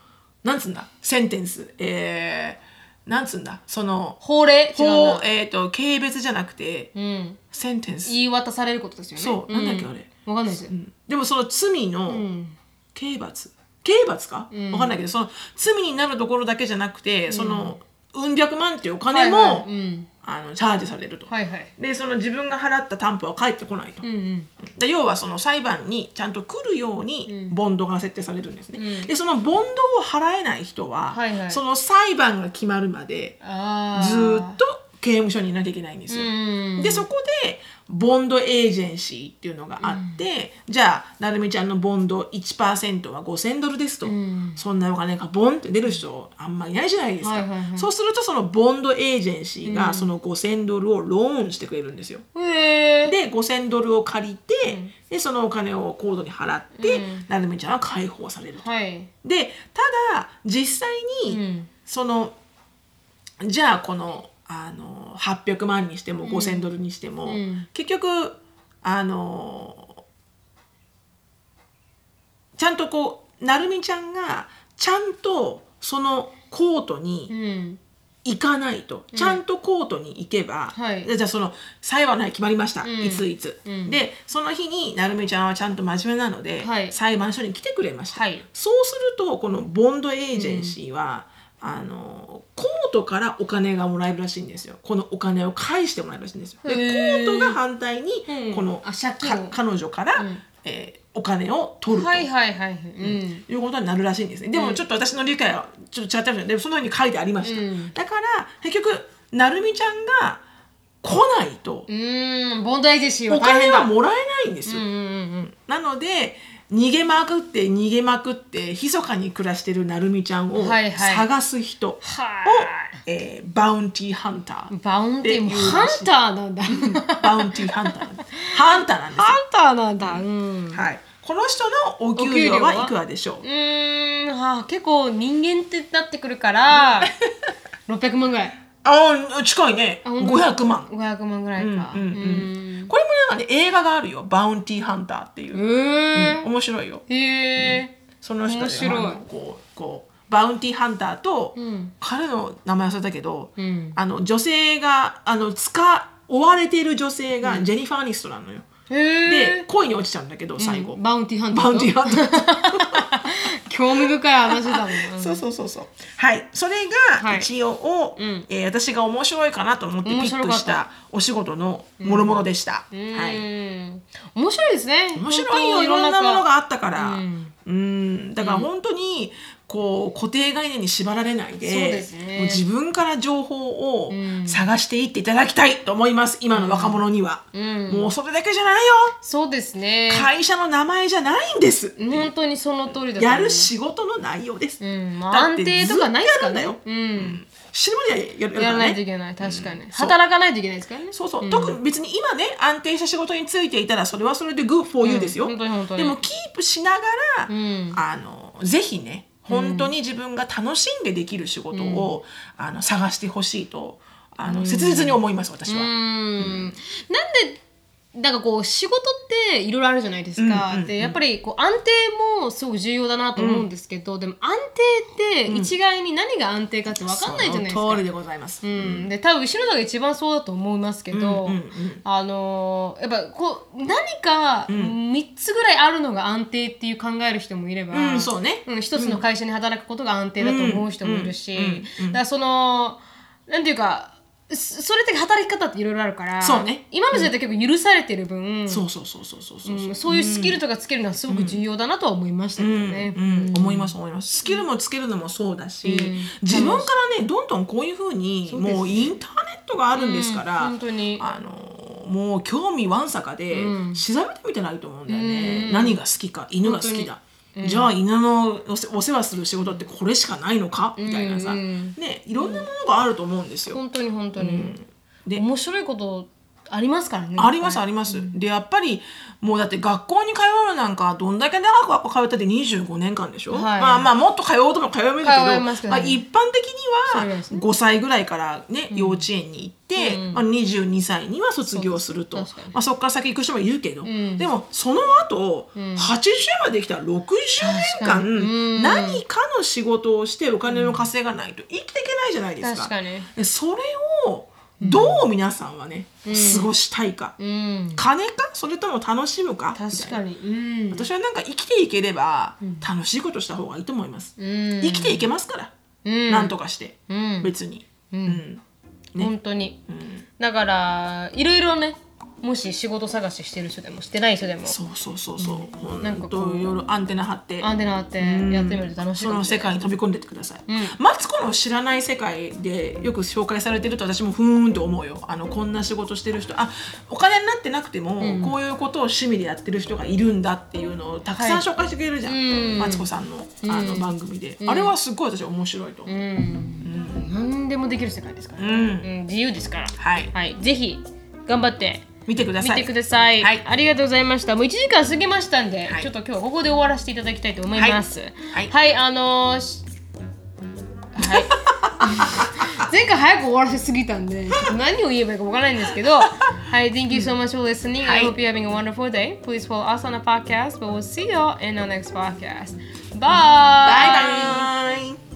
なんつうんだセンテンスえー、なんつうんだその
法令違う
法
な
えっ、と軽蔑じゃなくて
うん
センテンス、
言い渡されることですよね
そうなんだっけあれ
わかんないです
うんでもその罪の、
うん
刑罰刑罰か、わ分かんないけどその罪になるところだけじゃなくて、そのうん百万っていうお金も、
はいはいうん
あのチャージされると、
はいはい
でその自分が払った担保は返ってこないと、
うんうん
で要はその裁判にちゃんと来るようにボンドが設定されるんですね、でそのボンドを払えない人は、
はいはい
その裁判が決まるまで
あー
ずーっと刑務所にいなきゃいけないんですよ、
うん
でそこでボンドエージェンシーっていうのがあって、じゃあなるみちゃんのボンド1%は5,000ドルですと、
ん
そんなお金がボンって出る人あんまいないじゃないですか、
はいはいはい
そうするとそのボンドエージェンシーがその5,000ドルをローンしてくれるんですよ。
へえ
で5,000ドルを借りて、でそのお金をコードに払って、なるみちゃんは解放されると。
はい
でただ実際に、
うん
そのじゃあこのあの800万にしても5,000ドルにしても、
ん
結局あのちゃんとこうなるみちゃんがちゃんとそのコート
う
に
ん
行かないと、ちゃんとコートに行けば、
はい
でじゃあその裁判の日決まりました、
ん
いついつ、
うん
でその日になるみちゃんはちゃんと真面目なので、
はい
裁判所に来てくれました、
はい
そうするとこのボンドエージェンシーは、あのコートからお金がもらえるらしいんですよこのお金を返してもらえるらしいんですよでコ
へー
ートが反対に
うん
この、
あ借金
か
を
彼女から、
うん
えーお金を取ると
はいはいはい。うん。
いうことになるらしいんですね。でもちょっと私の理解はちょっと違ってましたでもそのように書いてありました。
うん
だから結局なるみちゃんが来ないと
うーん、ボンドエージェンシーは
お
大
金
変だ。
はもらえないんです
う
よ。
んうん
なので逃げまくって逃げまくって密かに暮らしてるなるみちゃんを
はいはい
探す人を、
は
えーバウンティーハンタ
うん。
ー
バウンティーも
っていう
ハ
ら
ン
しい
ターなんだ。
バウンティーハンターなんですハンターなんですよ
ハンターなんだ。うん。う
はい、この人のお
お
給
給料
料
は
はいくらでしょう
ーん、はあ、結構人間ってなってくるから、600万ぐらい。
ああ近いね
あ本当
500万
500万ぐらいか。
う
うん
うんうん
ん。
これもなんかね映画があるよバウンティーハンターっていうう、
ーん。
面白いよ
へえ。
その人
面白い
あのこうこうバウンティーハンターと、
うん。
彼の名前忘れたけど、
うん。
あの女性があの使追われている女性がジェニファー・アニストなのよ、
へ
で
え。
恋に落ちちゃうんだけど最後、
バウンティーハンター
バ
と。
ウンティーハン
<laughs>
ター
興味深い話だもん。
<laughs> そうそうそうそうはいそれ
は
が
い
一応、
うん
えー私が面白いかなと思ってピ
面
ッ
白
ク
かった
したお仕事のもろもろでした、
うん
はい
面白いですね。
面白いよ
本当
いろんなものがあったからう
うんん、
だから本当にこう固定概念に縛られないで
そうですね
もう自分から情報を
うん
探していっていただきたいと思います今の若者には、
うん
もうそれだけじゃないよ
そうですね。
会社の名前じゃないんです
本当にその通りだと思う
やる。仕事の内容です、
うん、まあ
だっ
安
て
定とかないですからね
ずっ。と
うん。
死ぬまでやるから
やらないとい
ね
けない、確かに。
そう
働かないといけないですからね。
そうそう、
ん
特に別に今ね安定した仕事についていたらそれはそれでグーフォーユーですよ、
うん本当に本当に
でもキープしながら、
うん
あのぜひね本当に自分が楽しんでできる仕事を、あの探してほしいとあの、切実に思います私は。
うんなんでなんかこう仕事っていろいろあるじゃないですか、
うんうんうん
でやっぱりこう安定もすごく重要だなと思うんですけど、でも安定って一概に何が安定かって分かんないじゃないですか。
その通りでございます。
うん、で多分後ろのが一番そうだと思いますけど、
うんうんうん
あのーやっぱこう何か3つぐらいあるのが安定っていう考える人もいれば、
うんそうね
ん一つの会社に働くことが安定だと思う人もいるし、
うんうんうんうん
だからそのなんていうかそそれって働き方っていろいろあるから
そうね
今の時代って結構許されてる分、うん
そうそうそうそうそうそう。
そういうスキルとかつけるのはすごく重要だなとは思いましたけどね。
うんうん思います思いますスキルもつけるのもそうだし、
うん
自分からねどんどんこういうふうに
そうです
もうインターネットがあるんですから、
うん本当に
あのもう興味わんさかで
うん
調べてみてないと思うんだよね、
うん
何が好きか犬が好きだ、じゃあ犬のお世お世話する仕事ってこれしかないのかみたいなさ、
うんうん
ねいろんなものがあると思うんですよ。
本当に本当に、
で
面白いことありますからね
あります
いっ
あります、でやっぱりもうだって学校に通うなんかどんだけ長く通ったって25年間でしょ、
はい
まあまあもっと通うとも通えるけど
通えますけどね
あ、一般
そうで
的
すね
には5歳ぐらいからね、幼稚園に行って、
うん
まあ、22歳には卒業すると
そう
ま
です確かに
あ、そこから先行く人もいるけど、
ん
でもその後、
ん
80まで生きたら60年
確か
間、
にうん
何かの仕事をしてお金を稼がないと生きていけないじゃないですか。
確かに
でそれをどう皆さんはね、過ごしたいか、
うん
金かそれとも楽しむかみ
確
た
か
いな
にうん
私はなんか生きていければ楽しいことした方がいいと思います、
うん
生きていけますから、
うん
なんとかして、
うん
別に、
うん
うんね
本当に
うん
だからいろいろねもし仕事探ししてる人でもしてない人でも
そうそうそうそう、ほん、
なんかこう
といろいろアンテナ張って
アンテナってやってみると楽しい
そ
か
の
もし
世
れない
界に飛び込んでってください、
ん
マツコの知らない世界でよく紹介されてると私もふーんと思うよあのこんな仕事してる人あお金になってなくても、こういうことを趣味でやってる人がいるんだっていうのをたくさん
はい
紹介してくれるじゃん、
うん
マツコさんのあの番組で、あれはすごい私面白いと思う、
うん何でもできる世界ですから
う
ね
ん
うん自由ですから
はい
はいぜひ頑張って
見てくだ
見
さい
てください。
はい
ありがとうございました。もう1時間過ぎましたんで、
はい
ちょっと今日はここで終わらせていただきたいと思います。
は
はいい、
はい
あのーしはい
<laughs>
前回早く終わらせすぎたんで、ちょっと何を言えばいいかわからないんですけ
<laughs>
ど、はい、Thank you so much for listening.
は
I
い
hope you're having a wonderful day. Please follow us on the podcast, but we'll see you in our next podcast. Bye!
バイバイ